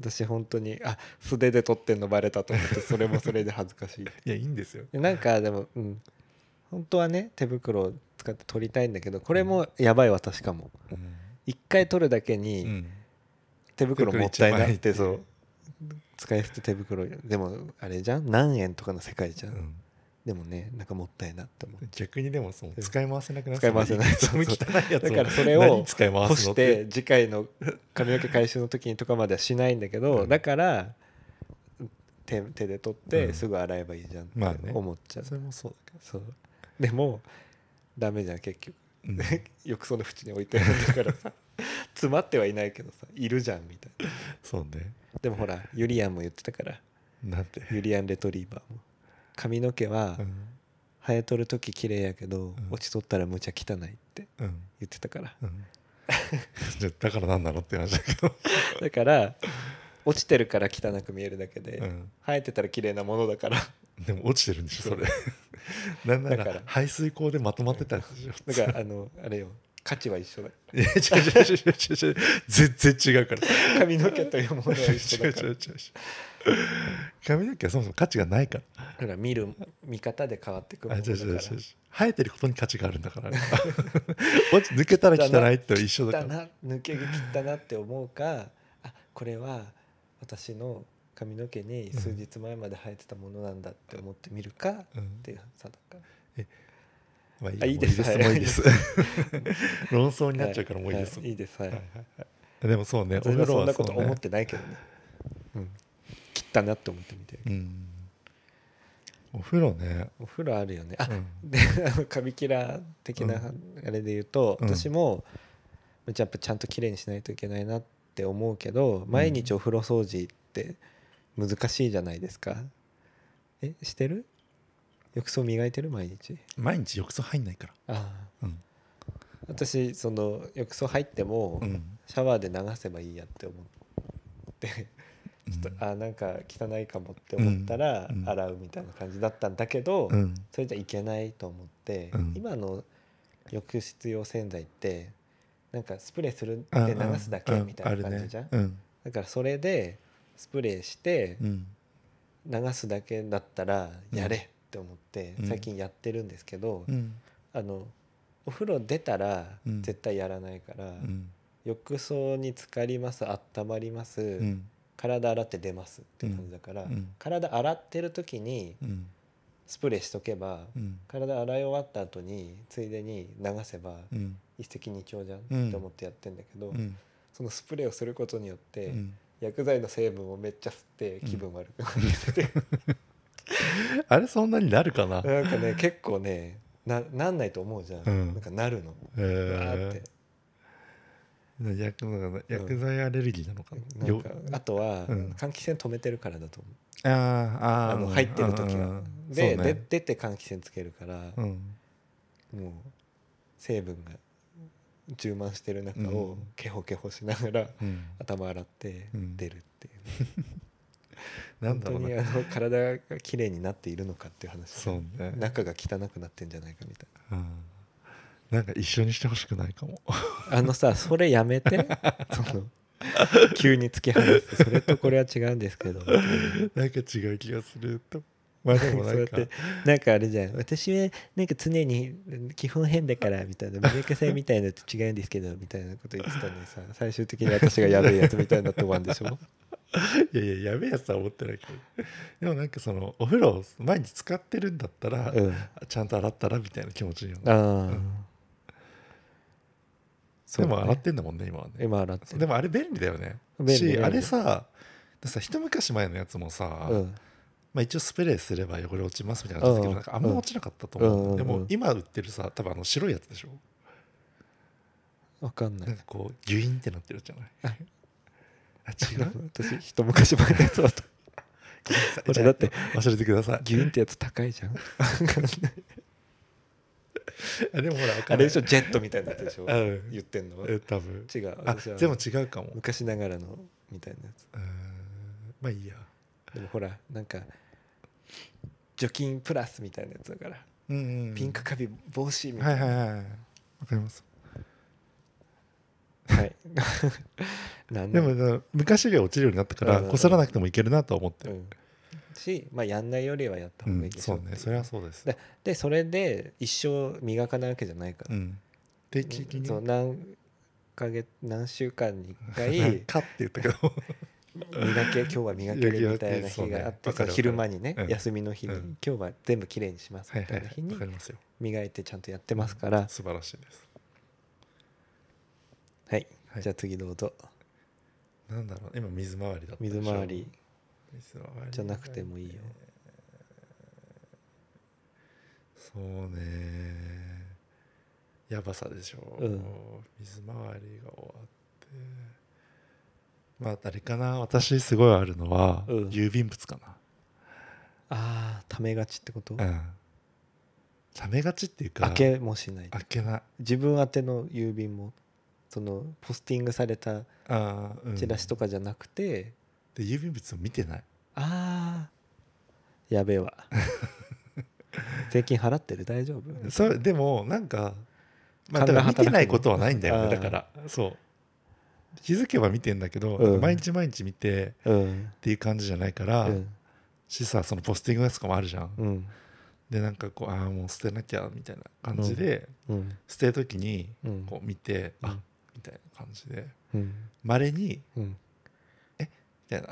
私本当にあ素手で撮ってんのバレたと思ってそれもそれで恥ずかしい
いやいいんですよ
でなんかでもうん本当はね手袋を使って撮りたいんだけどこれもやばい私かも
うん、
一回撮るだけに手袋もったいな
手袋一枚入
い
っ
っててそう使い捨て手袋でもあれじゃん何円とかの世界じ
う
ゃん、
ん
でもねなんかもったいなって思う
逆にでもその使い回せなくなっ
使い回せない
その汚 いやつ
だ
を
からそれを
何使い回
干
すの
し
って
て次回の髪の毛回収の時にとかまではしないんだけど、
うん
だから手手で取っ
うん
てすぐ洗えばいいじゃんって
まあね
思っちゃう、
それもそうだ
そうでもダメじゃん結局
けど、
浴槽の縁に置い てあるんだからさ詰まってはいないけどさいるじゃんみたいな
そうね
でもほらユリアンも言ってたから
なんて、
ユリアンレトリーバーも髪の毛は
うん
生えとる時綺麗やけど、
うん
落ちとったらむちゃ汚いって
うん
言ってたから
うん じゃあだからなんなのって話だけど、
だから落ちてるから汚く見えるだけで、
うん
生えてたら綺麗なものだから
でも落ちてるんでしょそれなんな
だから
ら排水口でまとまってたやつでしょ
だからあのあれよ価値は一緒だ
いや違う違う違う違う違う全然違うから
髪の毛というものは
違う
一緒
違う
だか
違
ら
う違う髪の毛はそもそも価値がないから
だから見る見方で変わってくる
あ
も
違
の
う
だか
違う違う
ら
違う生えてることに価値があるんだから落ち抜けたら汚いと一緒だから
汚な抜け毛切ったなって思うかあこれは私の髪の毛に数日前まで生えてたものなんだって思ってみるかっ
うん
ていう差だから
まあいい
あ
よ
いいです
もういいです。 論争になっちゃうからもういいです。
はい、いいですはい、
はいはいはいでもそうね、
全然
俺ら
そんな
は
こと
うね
思ってないけどねうん切ったなって思ってみてる
うん。お風呂ね。
お風呂あるよねあ、
うん
であのカビキラー的なあれで言うと、
うん
私もやっぱちゃんと綺麗にしないといけないなって思うけど毎日お風呂掃除って難しいじゃないですかえしてる浴槽磨いてる毎日
毎日浴槽入んないから。
ああ
うん。
私その浴槽入っても
うん。
シャワーで流せばいいやって思って
ち
ちょっとあなんか汚いかもって思ったら
うんうん
洗うみたいな感じだったんだけど、
うん。
それじゃいけないと思って、
うん
今の浴室用洗剤ってなんかスプレーするって
あ
流すだけ
あ
みたいな感じじゃん、
あるね
だからそれでスプレーして
うん。うん。
流すだけだったら
うん
やれって思って
うん
最近やってるんですけど、
うん。
あのお風呂出たら
うん
絶対やらないから、
うん。
浴槽に浸かります温まります、
うん。
体洗って出ますって感じだから、
うん
体洗ってる時に
うん。
スプレーしとけば、
うん。
体洗い終わった後についでに流せば
うん。
一石二鳥じゃん
うん
って思ってやってんだけど、
うん。
そのスプレーをすることによって、
うん
薬剤の成分をめっちゃ吸って気分悪く なってて、
あれそんなになるかな。
なんかね結構ねななんないと思うじゃん、
うん
なんかなるの、
え
うわーっ
ー
て
薬物が薬剤アレルギーなのかな。
なんかあとは、
うん
換気扇止めてるからだと思う
ああ
あの入ってる時は。で、
うんうんうんそう
で
ね
出て換気扇つけるから、
うん
もう成分が充満してる中
う
を
ん
ケホケホしながら
うん
頭洗って
うん
出るっていう、
なん
本
だ
当
ろう
に
ね
あの体が綺麗になっているのかっていう話
そうね
中が汚くなってんじゃないかみたい
うんなんか一緒にしてほしくないか も
なあのさそれやめ てその急に突き放すそれとこれは違うんです けどみたい
なんか違う気がするとまあでも
なそう
な
や
ん
っ
か
てなんかあれじゃん私はなんか常に基本変だからみたいなメーカみたいなのと違うんですけどみたいなこと言ってたのにさ最終的に私がやべえやつみたいになって終わるんでしょ
いやいややべえやつは思ってないけどでもなんかそのお風呂を毎日使ってるんだった ら、
うん
ちゃんと洗ったらみたいな気持ちいいよね
ああ、
でも洗っ
ね
てんだもんね今はね
今洗って
でもあれ便利だよね
便利便
し
利
あれさでさ一昔前のやつもさ、
うん
まあ、一応スプレーすれば汚れ落ちますみたいな感じだけ
うん
どなんかあんま落ちなかったと思う、
うん
で
うん
も今売ってるさ多分あの白いやつでしょ
わかんない
なんかこうギュインってなってるじゃない
あ
あ違 う
私一昔前のやつだと俺
じゃあ
だって
忘れてください
ギュインってやつ高いじゃん
あでもほらわ か
あ
んな
れ
い
でしょジェットみたいなやつでしょ
うん
言ってんのは
え多分
違う
あ
私は
でも違うかも
昔ながらのみたいなやつ
うーんまあいいや
でもほらなんか除菌プラスみたいなやつだから、
うんうんうん
ピンクカビ防止みた
はいい
な
はい
は
はいわかります
い、 なん
で
だ
もな昔よりは落ちるようになったから
うんうん
こすらなくてもいけるなとは思って
う
る
んし、まあ、やんないよりはやった
う
方がいい
ん
でし
そ
ょ
う
ってい
ねそれはそうです
だでそれで一生磨かないわけじゃないから、
うん定期的に
そう何ヶ月何週間に1
なん
回
かって言ったけど
磨け今日は磨けるみたいな日があって
そうねわか
さ
る
昼間にね、
うん
休みの日に、
うん
今日は全部きれいにします
はい
み
は
た
い
いな日
はい
に
わかりますよ
磨いてちゃんとやってますから、
素晴らしいです
はい、
はい
じゃあ次どうぞ
なんだろう今水回りだったでしょ
水回り
水回り
じゃなくてもいいよ
そうねやばさでしょ
うん
水回りが終わってまああれかな私すごいあるのは、
うん
郵便物か
ああためがちってこと、
なうんためがちっていうか
開けもしない
開けない
自分宛ての郵便もそのポスティングされた
あー、うん
チラシとかじゃなくて、
で郵便物を見てない
あーやべ えわ税金払ってる大丈夫
それでもなんか、まあ、
勘が
だから見
働く
て
の
ないことはないんだよ
あ
ね
ー
だからそう気づけば見てんだけど、
うん
毎日毎日見て
うん
っていう感じじゃないから、
うん
しさそのポスティングやつとかもあるじゃん、
うん
でなんかこうああもう捨てなきゃみたいな感じで、
うん
捨てる時に
うん
こう見て、
うん
あみたいな感じで
うん
まれに
うん
たいな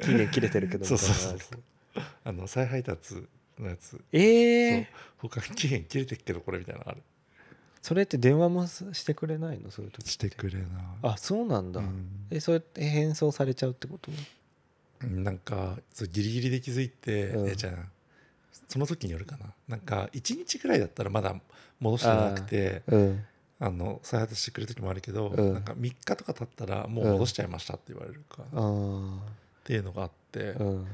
期限切れてるけど
そうそうそう
みたいなのある
あの再配達のやつ
ええ
そう他に期限切れてるけどこれみたいなのある
それって電話もすしてくれないのそういう時
してくれな
あそうなんだ、
うん
えそれって返送されちゃうってこと
なんかそうギリギリで気づいて、
うん
えじゃあその時によるかななんか1日ぐらいだったらまだ戻してなくて
うん
あの再発してくれる時もあるけど、
うん
なんか3日とか経ったらもう戻しちゃいましたって言われるか、
あ
っ
ー
ていうのがあって、
うん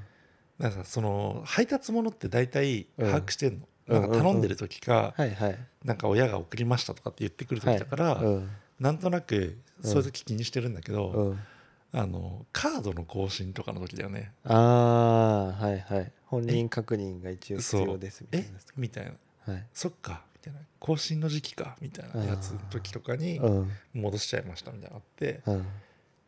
なんかその配達物って大体
うん
把握してんの、
うん
なんか頼んでる時か、
はいはい
なんか親が送りましたとかって言ってくる
は
時
い
だから、
うん
なんとなくそういう時気にしてるんだけど、
うん、
あのカードの更新とかの時だよね
ああーはいはい本人確認が一応必要ですみたい
え
なやつとか
みたいな
はい
そっかみたいな更新の時期かみたいなやつの時とかに
うん
戻しちゃいましたみたいなのあって
うん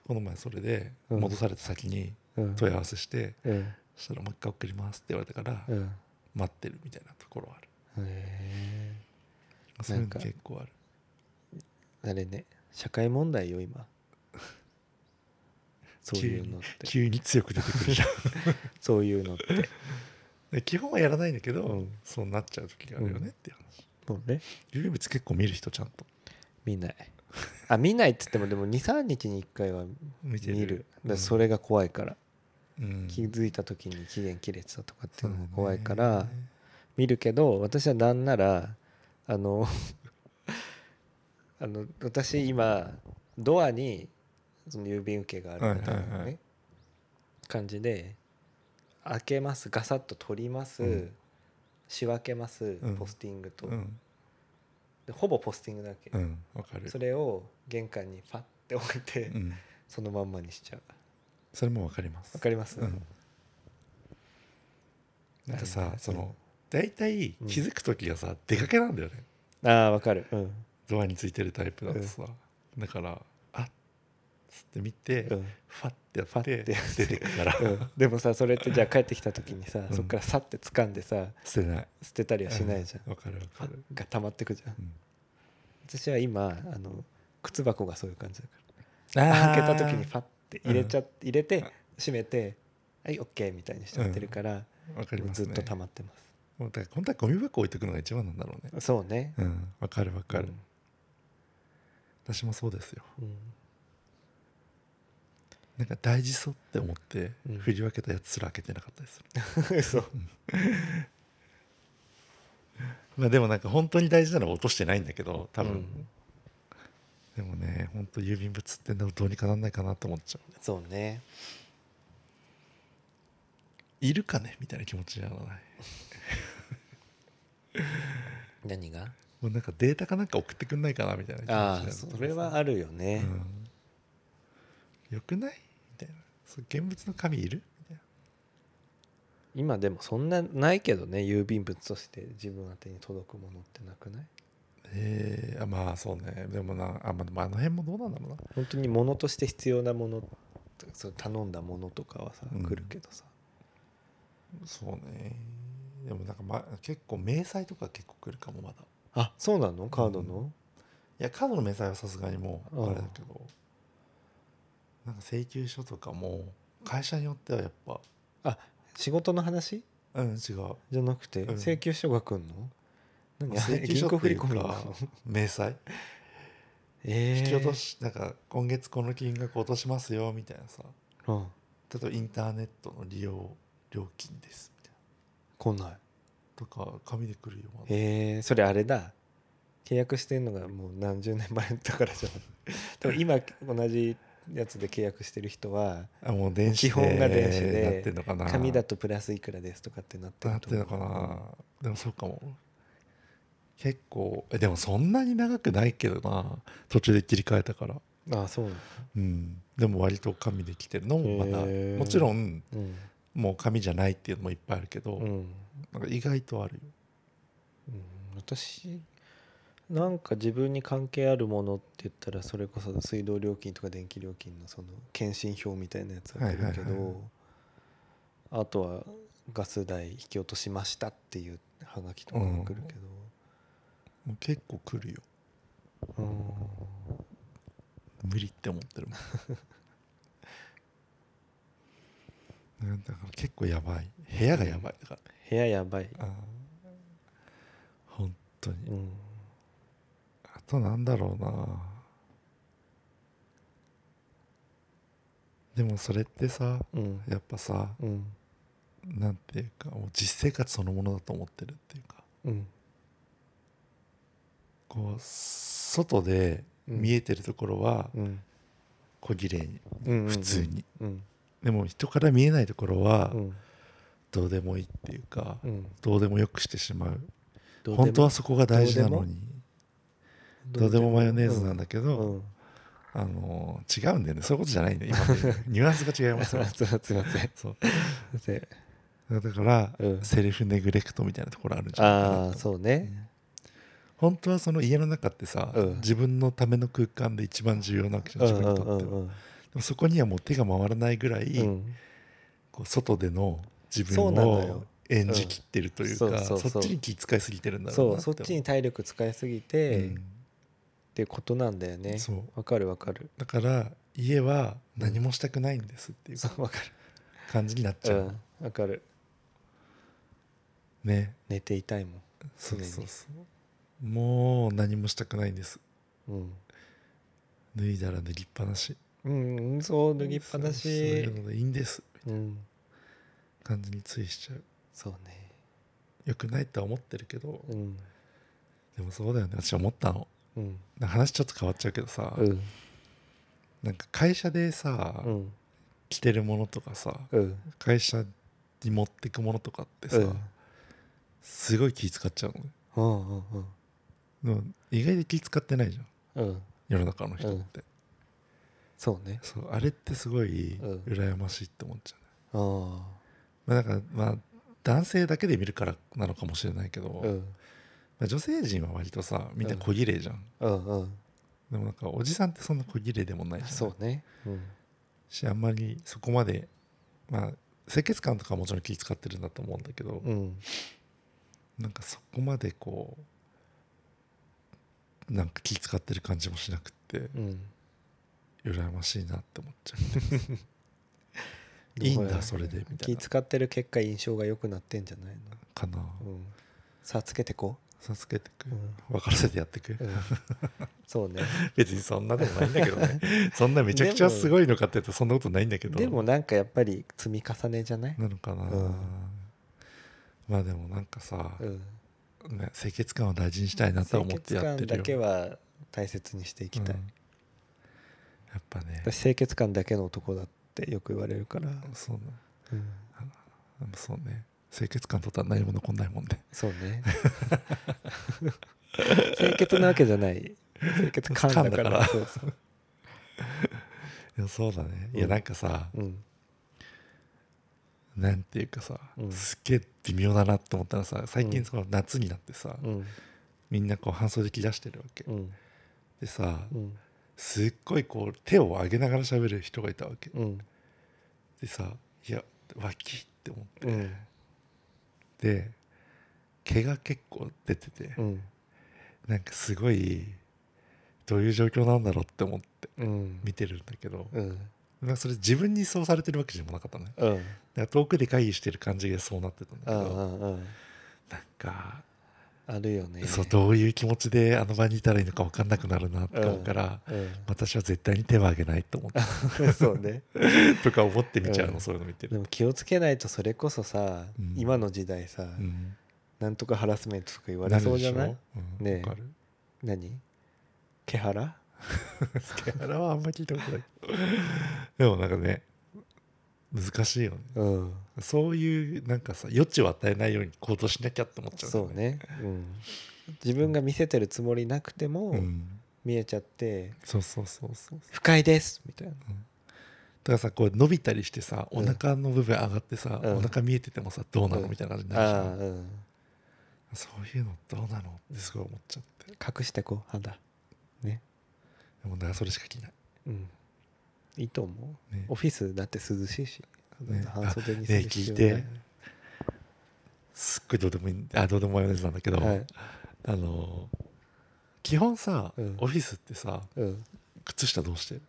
この前それで
うん
戻された先に
うん
問い合わせして
うん
そしたら「もう一回送ります」って言われたから
うん
待ってるみたいなところはある
へ
そういう
なん
の
か
結構ある
ーあれね社会問題よ今そういうのって
急に強く出てく るじゃん
そういうのって
で基本はやらないんだけど、
うん
そうなっちゃう時があるよねっていう話
もうね
郵便物結構見る人ちゃんと
見ないあ見ないっつってもでも23日に1回は
見てる
見るだからそ
れ、
れが怖いから、
うん
気づいた時に期限切れてたとかっていうのが
そうね
怖いから見るけど私はなんならあの あの私今ドアにその郵便受けがあるみたいなね、
はいはいはい
感じで開けますガサッと取ります、
うん
仕分けます、
うん
ポスティングと、
うん
でほぼポスティングだけ、
うんわかる
それを玄関にパッて置いて、
うん、
そのまんまにしちゃう
それもわかります
わかります、
うんなん
は
か
い
さ
はい
その大体
うん
気づく時がさ出かけなんだよね
ああわかるうん
ドアについてるタイプだとさだからあっつって見て
うん、
ファッてや
ファ
っ
ッ
て
てやって
出てくから
うん、でもさそれってじゃあ帰ってきた時にさ、
ん
そっからさって掴んでさ
捨てない
捨てたりはしないじゃん
う、わかるわかる
が溜まってくじゃん
うん
私は今あの靴箱がそういう感じだか
あ
ら
ー
開けた時にファッて入れちゃ、入れて閉めてはいオッケーみたいにしちゃってるから、
わかり
もう
ます
ず
ね
っと溜まってます
もうだから本当はゴミ箱置いとくのが一番なんだろうね
そうね
うんわかるわかる、
うん
私もそうですよ
うん
なんか大事そうって思って
うん
振り分けたやつすら開けてなかったでする、
そう
まあでもなんか本当に大事なのは落としてないんだけど多分、
うん
でもね本当郵便物ってどうにかなんないかなと思っちゃう
そうね
いるかねみたいな気持ちにならない
何が
もうなんかデータかなんか送ってくんないかなみたいな気持ちにな
あ
る
あそれはあるよね、
うん、よくないみたいなそう現物の紙いるみたい
今でもそんなないけどね郵便物として自分宛てに届くものってなくない
なえー、あまあそうねでもなあ,、まあ、でもあの辺もどうなんだろうな
本当に物として必要なものそう頼んだものとかはさ、
うん
来るけどさ
そうねでもなんか、ま、結構明細とか結構来るかもまだ
あそうなのカードの、
いやカードの明細はさすがにもうあれだけどなんか請求書とかも会社によってはやっぱ
仕事の話
うん違う
じゃなくて、
うん
請求書が来んの何銀
請求書って
行振
い
り
う
込みな
か
の
明細
ええ
引き落としなんか今月この金額落としますよみたいなさ
うん
例えばインターネットの利用料金ですみたいな
来ない
とか紙で来るよまだ
えー、それあれだ契約してんのがもう何十年前だからじゃない多分今同じやつで契約してる人は
あもう電子
基本が電子で
なってんのかな
紙だとプラスいくらですとかってなって
な
る
って
と思
る
う
のかなでもそうかも結構えでもそんなに長くないけどな途中で切り替えたから
ああそうなんだ
うんでも割と紙で来てるのもまだ
へー
もちろん
うん
もう紙じゃないっていうのもいっぱいあるけど、
うん、うん、
なんか意外とあるよ
私なんか自分に関係あるものって言ったらそれこそ水道料金とか電気料金のその検診票みたいなやつは来るけ
はいはいはい
どあとはガス代引き落としましたっていうハガキとかが来るけど、
もう結構来るよ
うん
無理って思ってるもん うんだから結構やばい部屋がやばいだか
部屋やばい、
ら、あー本当に
うん、
あとなんだろうなでもそれってさ
うん
やっぱさ
うん
なんていうかもう実生活そのものだと思ってるっていうか
うん
こう外で
うん
見えてるところは
うん
小綺麗に、
うん
普通に
うん
でも人から見えないところは
うん
どうでもいいっていうか、
うん
どうでもよくしてしまう
どうでも
本当はそこが大事なのにどうでもマヨネーズなんだけ
う
ど、
ん
あのー違うんだよねそういうことじゃないんだよ今 ねニュアンスが違います
すい
よ
ませんすい ません
そう
すいません
だから、
うん
セルフネグレクトみたいなところあるんじゃないか
あ
な
あ
と
そうね
本当はその家の中ってさ、
うん
自分のための空間で一番重要なわけじゃん
うんう
自
ん
分にとっては、
うん
でもそこにはもう手が回らないぐらい、
うん
こう外での自分
そうなの
を
よ
演じきってるというか、
うんそうそうそう
そっちに気使いすぎてるんだろ
そう
な
うそって
思
ちに体力使いすぎて、
う
っ
ん
ていうことなんだよね
そう
わかるわかる
だから家は何もしたくないんですっていう
そうわか
感じになっち
る
ゃ
う
う、
んわかる
ね
寝ていたいも
そう
常に
そうそうもう何もしたくないんです
ん
脱いだら脱ぎっぱなし
うん、うん、そう脱ぎっぱな
そうそうい
し
うのでいいんです
うん
感じについしちゃう
そうね
よくないとは思ってるけど
うん
でもそうだよね私思ったの
うん
話ちょっと変わっちゃうけどさ、
うん
なんか会社でさ、
うん
着てるものとかさ
うん
会社に持ってくものとかってさ、
うん
すごい気使っちゃうのね
うんうんうん
でも意外と気使ってないじゃん
うん
世の中の人って、
そうね
そうあれってすごい
うん
羨ましいって思っち
あ
ゃ
あ
う、まあ、だからまあ男性だけで見るからなのかもしれないけど、
うん
まあ、女性陣は割とさみんな小綺麗じゃん、
うんうん
でもなんかおじさんってそんな小綺麗でもないじゃん
そうねうん
しあんまりそこまでまあ清潔感とかはもちろん気使ってるんだと思うんだけど、
うん
なんかそこまでこうなんか気使ってる感じもしなくって
うん
羨ましいなって思っちゃ ういいんだそれでみたい
気
な
使ってる結果印象が良くなってんじゃない
かな
のうんさあつけてこ
さつけてく、
うん
分からせてやってく、
う うんそうね
別にそんなでもないんだけど ねそんなめちゃくちゃすごいのかって言ったらそんなことないんだけど
でもなんかやっぱり積み重ねじゃない
なのかな、
うん
まあでもなんかさ、
うん
ね清潔感を大事にしたいなとは思
清
って
潔
やっ
感
てるよ
だけは大切にしていきたい、
うんやっぱね
私清潔感だけの男だってよく言われるから、
そうな
うん
あのそうね清潔感とったら何も残んないもんね
そうね清潔なわけじゃない清潔感だから
感だから
そうそう
いやそうだね、
うん
いやなんかさ、
うん
なんていうかさ、
うん
すっげえ微妙だなって思ったらさ最
う
近
ん
その夏になってさ、
うん
みんなこう半袖着出してるわけ、
うん
でさ
うん
すっごいこう手を上げながら喋る人がいたわけ、
うん
でさいや脇って思っ
うん
て毛が結構出てて、
うん
なんかすごいどういう状況なんだろうって思って
うん
見てるんだけど、
うん
まあそれ自分にそうされてるわけでもなかったね
うん
だから遠くで会議してる感じがそうなってたんだけ
う
ど、
んうん
なんか、
あるよね
そうどういう気持ちであの場にいたらいいのか分かんなくなるなって思うから、
う
私は絶対に手は挙げないと思って
ん そうね
とか思って見ちゃうの、
うん
そういうの見てる
で、も気をつけないとそれこそさ、
うん
今の時代さ、
うん、
なんとかハラスメントとか言われそうじゃない
るでしょ
ねえ
うん、わかる
何毛原
毛穴はあんまり聞いたことない でもなんかね難しいよね
うん
そういうなんかさ余地を与えないように行動しなきゃって思っちゃうんだよ
そうね、うん、自分が見せてるつもりなくても、
うん、
見えちゃって
そうそうそうそう
「不快です」みたいな
だからさこう伸びたりしてさお
うん
腹の部分上がってさ、
うん
お腹見えててもさどうなの
うん
みたいな感じになるじゃ
ああ
ん、
うん
そういうのどうなのってすごい思っちゃって
隠してこう肌ね
でもだからそれしか着ない、
うんいいと思う、
ね
オフィスだって涼しいし、
ね
半袖に
ね
す
え
る
聞
必
い
要ない、
てすっごいどうでもいいんあどうでもマヨネーズなんだけど、
はい
あのー基本さ、
うん
オフィスってさ
うん、
靴下どうしてる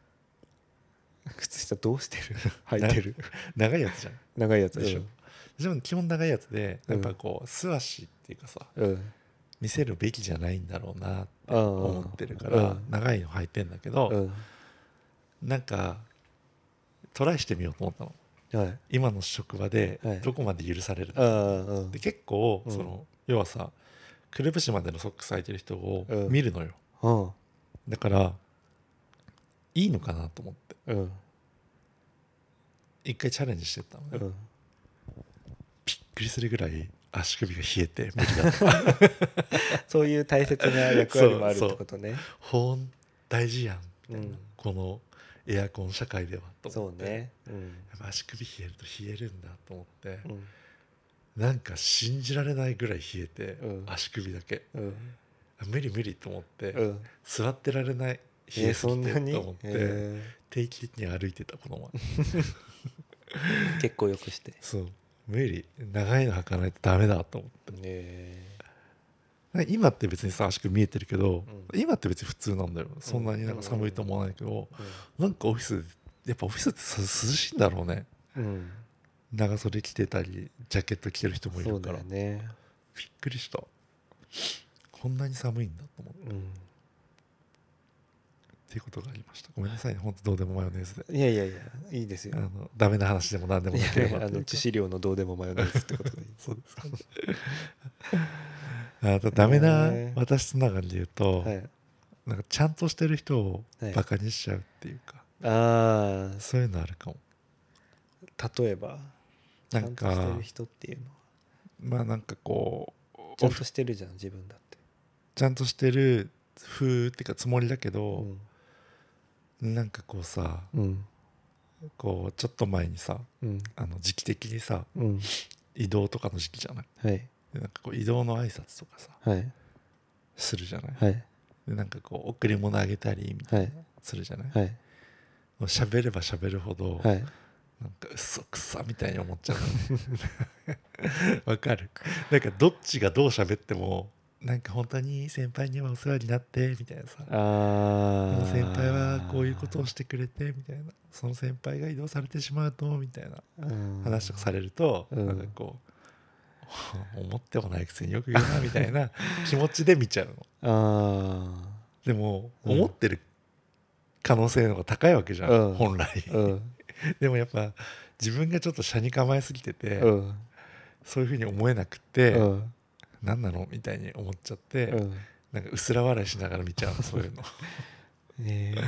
靴下どうしてる 履いてる
長いやつじゃん
長いやつでしょ
でも基本長いやつでやっぱこう素足っていうかさ
うん
見せるべきじゃないんだろうなって思
思
ってるから長いの履いてんだけ
う
ど
ん
なんかトライしてみようと思ったの
はい
今の職場で
はい
どこまで許される
あ
の
あうん
で結構
うん
その要はさくるぶしまでのソックス履いてる人を
うん
見るのよ
うん
だからいいのかなと思って
うん
一回チャレンジしてったのね
うん
びっくりするぐらい足首が冷えて無 理だった
そういう大切な役割もあるっ
そう
てことね
保温大事やんみたいな、
うん
このエアコン社会ではと
そ
思
う
って
ねうん
やっぱ足首冷えると冷えるんだと思って、
うん
なんか信じられないぐらい冷えて、
うん
足首だけ
うん
あ無理無理と思って、
うん
座ってられない冷
え
えす
そん
ぎて
なに
と思って、
え
定期的に歩いてたこの前
ー結構よくして
そう無理長いの履かないとダメだと思って
え
なんか今って別にさ足首見えてるけど、
う
今って別に普通なんだよそんなになんか寒いと思わないけど、なんかオフィスやっぱオフィスってさ涼しいんだろうね
うん
長袖着てたりジャケット着てる人もい
そ
る
う
か
だ
ら、
よね
びっくりしたこんなに寒いんだと思って
うん
っていうことがありましたごめんなさいね本当どうでもマヨネーズで
いやいやいやいいですよ
あのダメな話でも何でも
い
なけ
や
れ
い や
ば
あの致死量のどうでもマヨネーズってこと でいい
そうですかあとダメな
ね
私つながりで言うと、
はい
なんかちゃんとしてる人を
はい
バカにしちゃうっていうか、
あ
そういうのあるかも
あ例えばち
な
ゃ
ん
ん
か
としてる人っていうのは
まあなんかこう
ちゃんとしてるじゃん自分だって
ちゃんとしてる風っていうかつもりだけど、なんかこうさ
うん
こうちょっと前にさ
うん
あの時期的にさ
うん
移動とかの時期じゃない
はい
でなんかこう移動の挨拶とかさ
はい
するじゃない、
はい
でなんかこう贈り物あげたりみたい
はい
なするじゃない、
はい
もう喋れば喋るほど、
はい
なんか嘘くさみたいに思っちゃうの ねわかるなんかどっちがどう喋ってもなんか本当に先輩にはお世話になってみたいなさ
あ
でも
あ
先輩はこういうことをしてくれてみたいなその先輩が移動されてしまうとみたいな話とかされると、
うん
なんかこう思ってもないくせによく言うなみた いな気持ちで見ちゃうの
あ
でも
うん
思ってる可能性の方が高いわけじゃん、
うん
本来、
あうん
でもやっぱ自分がちょっと車に構えすぎてて、
うん
そういうふうに思えなく
う
て、
ん
何なのみたいに思っちゃって、
うん
なんかうすら笑いしながら見ちゃうのそういうの
えー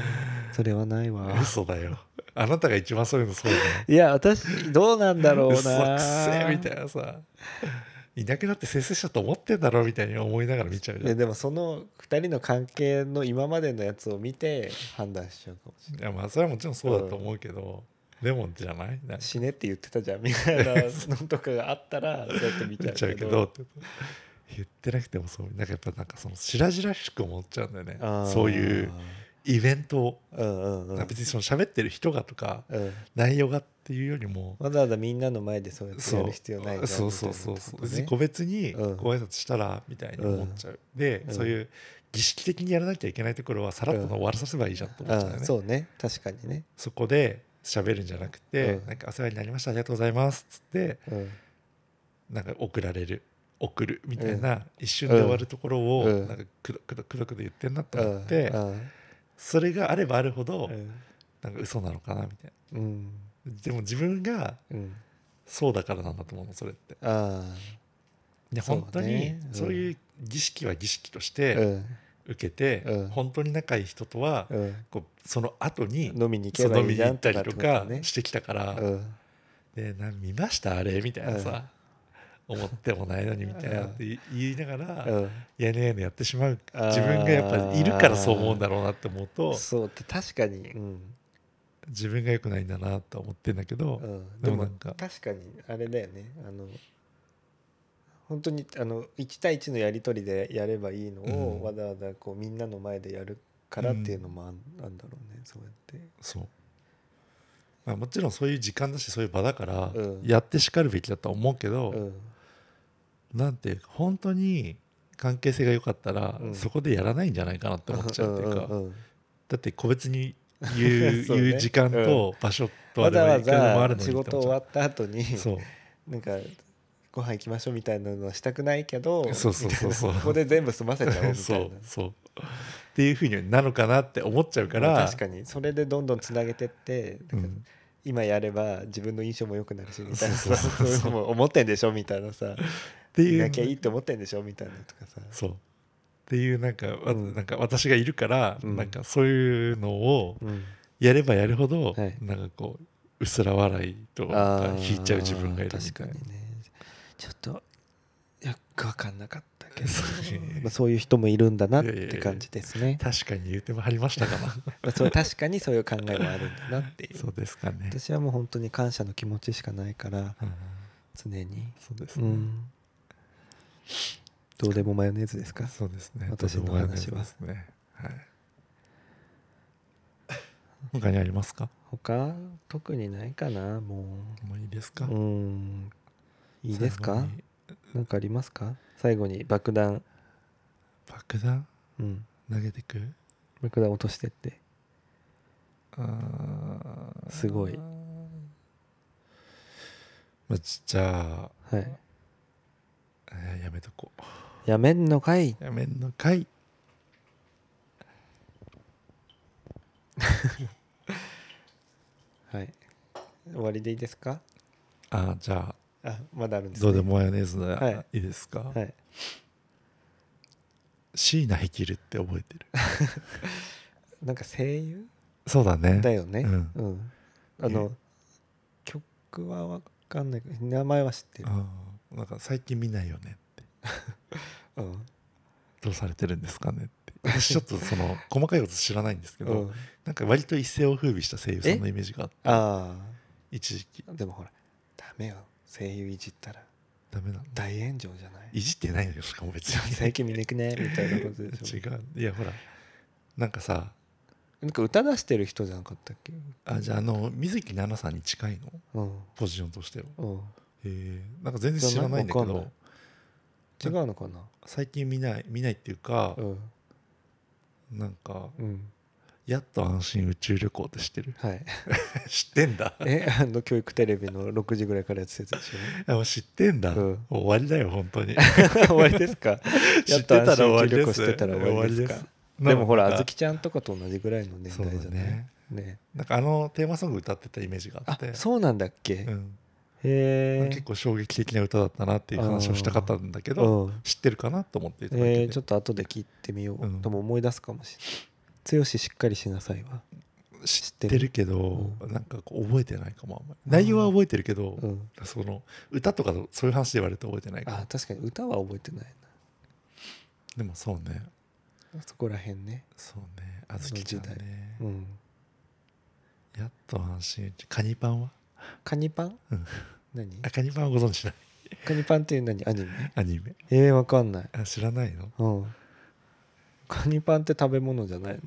それはないわ
嘘だよあなたが一番そういうのそうだよ
いや私どうなんだろう
う
な
そくせえみたいなさいなくなって先生者と思ってんだろみたいに思いながら見ちゃうじゃ
え
ん
でもその2人の関係の今までのやつを見て判断しちゃうかもしれない
いやまあそれはもちろんそうだと思うけど、でもじゃないなんか
死ねって言ってたじゃんみ たいなのとかがあったらそうやって見ち
見
ゃう
ちゃう
け
け
ど
どって言ってなくてもそうなんかやっぱなんかその白々しく思っちゃうんだよね
あー
そういうイベントを、
うんうんうん、
別にその喋ってる人がとか
うん、
内容がっていうよりも
わざわざみんなの前でそうやって
そ
や
う
る必要ないじゃん
そうそうそうそう、
みた
別
い
に
なこ
個別にご
うん
挨拶したらみたいに思っちゃう、で、
うん
そういう儀式的にやらなきゃいけないところはさらっと終わらさせばいいじゃん
と
と思っちゃうよ
ねあ
ね、そ
そうね確かにね、
こで喋るんじゃなくて、
うん
なんかお世話になりましたありがとうございますっつって
うん、
なんか送られる送るみたいな、一瞬で終わるところを、
うん
なんかくどくどくどくど言ってんなと
う
思
ん
って、それがあればあるほど、
うん
なんか嘘なのかなみたい
うん
なでも自分が
うん
そうだからなんだと思うのそれって
あ
で
そうね
本当に
うん
そういう儀式は儀式とし
あ
て、
うん
受けて、
うん
本当に仲いい人とは、
うん
こうその後に
飲みに行け
そ
ば
の飲
い
み
い
に
じゃ
行
ん
ったりとか
ね
してきたから、
うん
でな見ましたあれみたいなさ、思ってもないのにみたいな
う
っ
ん
て言い言いながら、
うん
やねやねやってしまう
あー
自分がやっぱいるからそう思うんだろうなって思うと
そうて確かに、うん
自分が良くないんだなと思ってんだけど、
うん、で
でもな
も
んか
確かにあれだよねあの本当にあの1対1のやり取りでやればいいの
うん
をわざわざこうみんなの前でやるからっていうのもあん,、あんだろうねそうやって
そう、まあ、もちろんそういう時間だしそういう場だから、
うん
やってしかるべきだとは思うけど、
うん
なんていうか本当に関係性が良かったら、
うん
そこでやらないんじゃないかなって思っちゃうっていうか、
んんん
だって個別に 言う
そうね
いう時間と場所とあ
わ
れ
ざ
ば
わ
いくらでもある
ざ
のに
仕事終わった後に
そう
なんかご飯行きましょうみたいなのはしたくないけど
そうそうそうそう
みたいなここで全部済ませちゃ おうみたいな
そうそうっていうふうになのかなって思っちゃうから
確かにそれでどんどんつなげてって、
うん
なんか今やれば自分の印象も良くなるしみたいな
そう
さ
そうそうそ
そう
う
いうのも思ってんでしょみたいなさ
って
い
い
なきゃいいうって思ってんでしょみたいなとかさ
そうっていうなんか,、わ
うん
なんか私がいるから、
うん
なんかそういうのを
うん
やればやるほど、
はい
なんかこううすら笑いとか引いちゃう自分がいるみた
確
いな
かにねちょっとよく分かんなかった けど
そうね
まあそういう人もいるんだなっ
いやいやい
て
や
感じですね
確かに言うても張りましたかな
まあそう確かにそういう考えもあるんだなっていう
そうですかね、
私はもう本当に感謝の気持ちしかないから
うん
常に
そうです
う
ね、
んどうでもマヨネーズですか
そうですね
私の
とても
話は
ですね はい他にありますか
他特にないかなも
もういいです
う
か、
うんいいです
最
か
後に
何かありますか最後に爆弾
爆弾
うん
投げてく
爆弾落としてって
あー
すごい
まあ、じじゃあ
はい
えーやめとこ
やめんのかいう
やめんのかい
はい終わりでいいですか
あーじゃあ
あまだあるんです、
ど
ね、
うでもマヨネーズ
はい
のいいですか、
はい
椎名生きるって覚えてる
なんか声優
そうだね
だよね
うん
うん、あの曲はわかんないけど名前は知ってる、
うんなんか最近見ないよねって
うん
どうされてるんですかねって 私ちょっとその 細かいこと知らないんですけど、
うん、
なんか割と一世を風靡した声優さんのイメージがあって
あ
一時期
あでもほらダメよ声優いじったら
ダメなの
大炎上じゃない
いじってないのよしかも別 に
最近見ねくねみたいなことでし
違
ょ
ういやほらなんかさ
なんか歌出してる人じゃなかったっけ
あじゃああの水木奈々さんに近い
う
の
ん
ポジションとしては
うん
へえなんか全然知らないんだ
じ
け
ゃあなん
ど
か違うのかな
最近見ない見ないっていうか
う、ん
なんか
うん
やっと安心宇宙旅行って知ってる
はい
知ってんだ
えあの教育テレビの6時ぐらいからやってたやつでし
あもう知ってんだ、
うん
もう終わりだよ本当に
ょ終わりですか
知
や
っ
ってと
た
安
ら終
心
わ
を
り
旅
で
行
す
してたら終わりです
終
か
わりです
でもほら
な
あ
んか
ずきちゃんとかと同じぐらいの年代じ
そ
ゃ
うだ
ない
ね
ね
なんかあのテーマソング歌ってたイメージがあ
あ
って
そうなんだっけ、
う
へ
ん、なんか
え
結構衝撃的な歌だったなっていう話をしたかったんだけど
うん
知ってるかなと思っていただけて、
えーちょっと後で聞いてみよう、
うん
でも思い出すかもしれない剛しっかりしなさいは
知ってるけど、
う
なんかこう覚えてないかもあんまり内容は覚えてるけど、
うん
その歌とかとそういう話で言われると覚えてない
あ
から
確かに歌は覚えてない
でもそうね
なそこら辺ね
そうねあずきちゃんね、
うん
やっと安心カニパンは
カニパン
うん
何
あカニパンはご存知ない
カニパンっていう何アニメ
アニメ
えー、わかんない
あ知らないの、
うんカニパンって食べ物じゃないの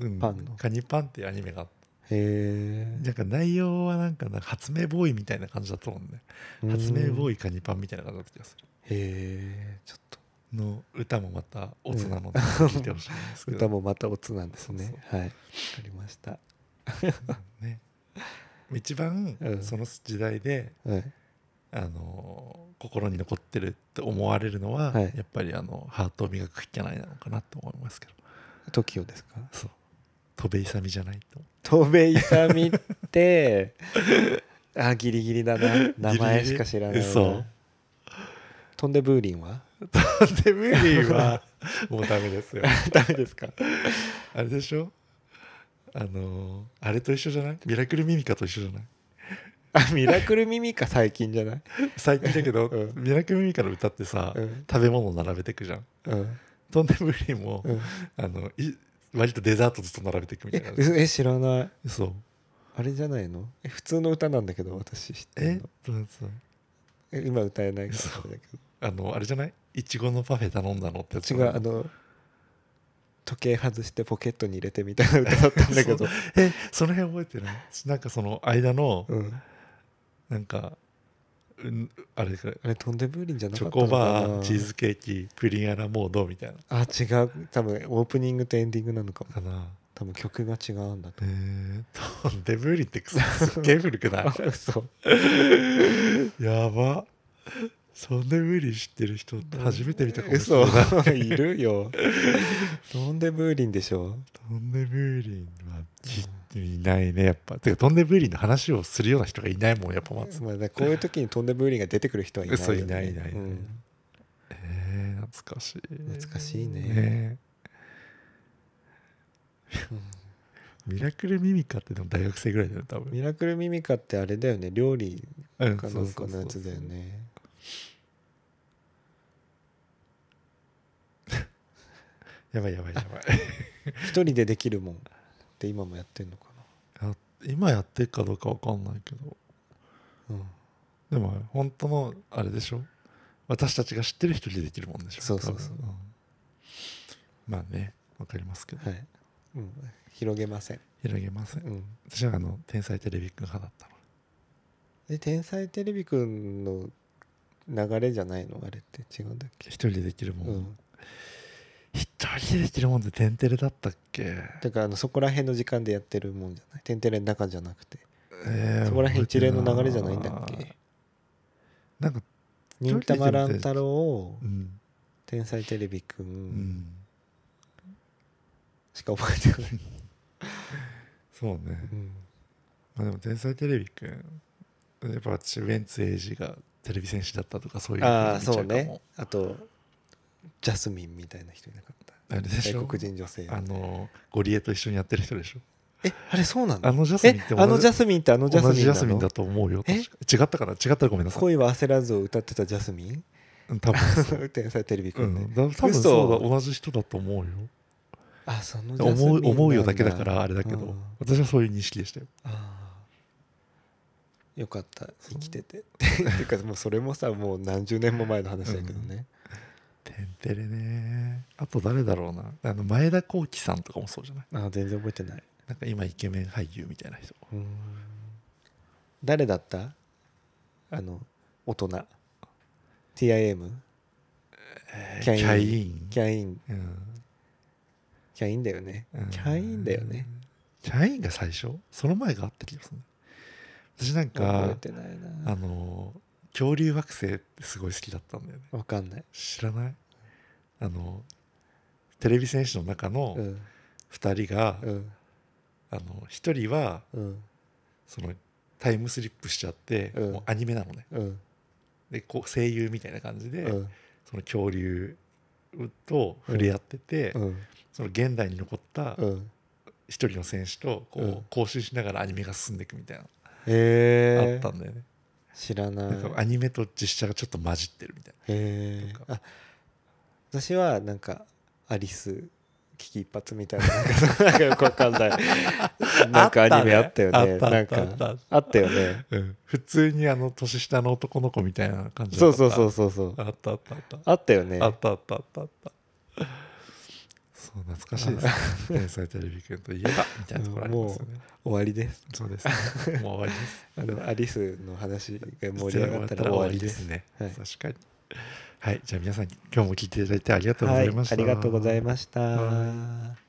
うん、
パンの
カニパンっていうアニメがあって
へ
なんか内容はなんかなんか発明ボーイみたいな感じだと思うんね
え
発明ボ
イ
ーイカニパンみたいな感じだった気がする
へえちょっと
の歌もまたオツなので聞いてほしいんですけど、
歌もまたオツなんですね
そう
はいわかりました
ね一番
うん
その時代で、
はい
あのー心に残ってるって思われるのは、
はい
やっぱりあのハートを磨くきっきゃないなのかなと思いますけど
TOKIO ですか
そう戸辺勇じゃないと
戸辺勇って あギリギリだな名前しか知らない
ギリギリ嘘
な飛んでブーリンは
で無理はもうダメですよ
ダメですか
あれでしょあのーあれと一緒じゃないミラクルミミカと一緒じゃない
あミラクルミミカ最近じゃない、
最近だけど、
うん
ミラクルミミカの歌ってさ、
うん
食べ物並べてくじゃん
うん
とんで無理も、
うん、
あのい割とデザートずっと並べていくみたい
え
な
うえ知らない
そう
あれじゃないのえ普通の歌なんだけど私知ってる
え
の
どうぞ
え今歌えないから
嘘
あれだけ
あのあれじゃないいちごのパフェ頼んだのってやつ
ど違うあの時計外してポケットに入れてみたいな歌だったんだけど
えその辺覚えてないなんかその間の
う、ん、
なんか、うん、あれか
あれ飛んでブーリンじゃな
チ
か
ョ
ったの
コ
かな
バーチーズケーキプリンアラモードみたいな
あ違う多分オープニングとエンディングなのかも
かな
多分曲が違うんだと
へえトンデブリって草すっげえ古くない
そう
やばそんで無理知ってる人って初めて見たかもしれ
嘘
ない
いるよロンデブーリンでしょ
トンデブリンはきいないねやっぱてかトンデブリンの話をするような人がいないもんやっぱ松
まあ、だからこういう時にトンデブーリンが出てくる人はいないよ、
嘘
ね、
いないいないいない
うん
えー、懐かしい
懐かしいね
ねミラクルミミカってでも大学生ぐらいだよね多分
ミラクルミミカってあれだよね料理
うん
かなんかのやつだよね
やばいやばいやばい
一人でできるもんって今もやってんのか
や今やってるかどうかわかんないけど
な、うん、
でも本当のあれでしょ私たちが知ってる人でできるもんでしょ
そうそうそう
多分んまあねわかりますけど、
はい、うん、広げません、
広げません
うん、
私はあの天才テレビくん派だったの
で「天才テレビくん」の流れじゃないのあれって違うんだっけ、
一人でできるもん、
うん、
一人でできるもんって天てれだったっけ
だからあのそこら辺の時間でやってるもんじゃない「天てれ」の中じゃなくて
えー
そこら辺一連の流れじゃないんだっ
覚えて
け
ないなんか
「忍たま乱太郎」を
うん
「天才テレビく
うんん」
しか覚えてない、
そうね、
うん、
まあ、でも天才テレビくんやっぱ私ウエンツエイジがテレビ戦士だったとかそういう
ああ
見ちゃ
そう
か
ね
も
あとジャスミンみたいな人いなかった
あれでしょ
外国人女性
あのゴリエと一緒にやってる人でしょ
えあれそうな
あ
の
のジャスミン
え
って同じ
あのジャスミンってあのジャスミン
同じジャ
な
ス
の
ミンだと思うよ
え
確か違ったかな違ったらごめんなさい
恋は焦らずを歌ってたジャスミン
うん多 分
天才テレビく
うん
ね、
ん、だ多分
嘘
そうだ同じ人だと思うよ
あそのジャスミン
思
な
うん思うよだけだからあれだけど、
うん
私はそういう認識でしたよ
あーよかった生きててっていうかもうそれもさもう何十年も前の話だけどね、
てんてれねあと誰だろうなあの前田浩輝さんとかもそうじゃない
あー全然覚えてない
なんか今イケメン俳優みたいな人
うん誰だったあの大人 TIM
えー
キャイン
キャイン
キャイン
うん
キャインだよね、
うん
キャインだよね
キャインが最初その前があった気がするね私なん
覚え
か
てない
あ
な
の恐竜惑星ってすごい好きだったんだよね
わかんない、
知らないあのテレビ戦士の中の
うん
2人が、
うん
あの1人は
うん
そのタイムスリップしちゃって、
うん
もうアニメなのね
うん
でこう声優みたいな感じで、
うん
その恐竜と触れ合ってて、
うん
その現代に残った
うん
一人の選手とこう、
うん
交信しながらアニメが進んでいくみたいな、
え
あったんだよね
知らない
なんかアニメと実写がちょっと混じってるみたい
へえ
とか
あ私はなんかアリス危機一髪み たいななんかなんかよくわかんないなんかアニメあったよね
あったねあ
な
っ
ん
たあったあ
か
った
あったよね
な、普通にあの年下の男の子みたいな感じ
そうそう
う
そうそうそう
あったあったあった
あったよね
あったあったあったあったそう懐かしい ですね天才テレビくんといえばみたいなところありますよね
終わりです
そうですねもう終わりです
あのアリスの話が盛り上がったら終わりです
ね、
はい
確かにはいじゃあ皆さん今日も聞いていただいてありがとうご
は
ざ
い
いました、
ありがとうございました
は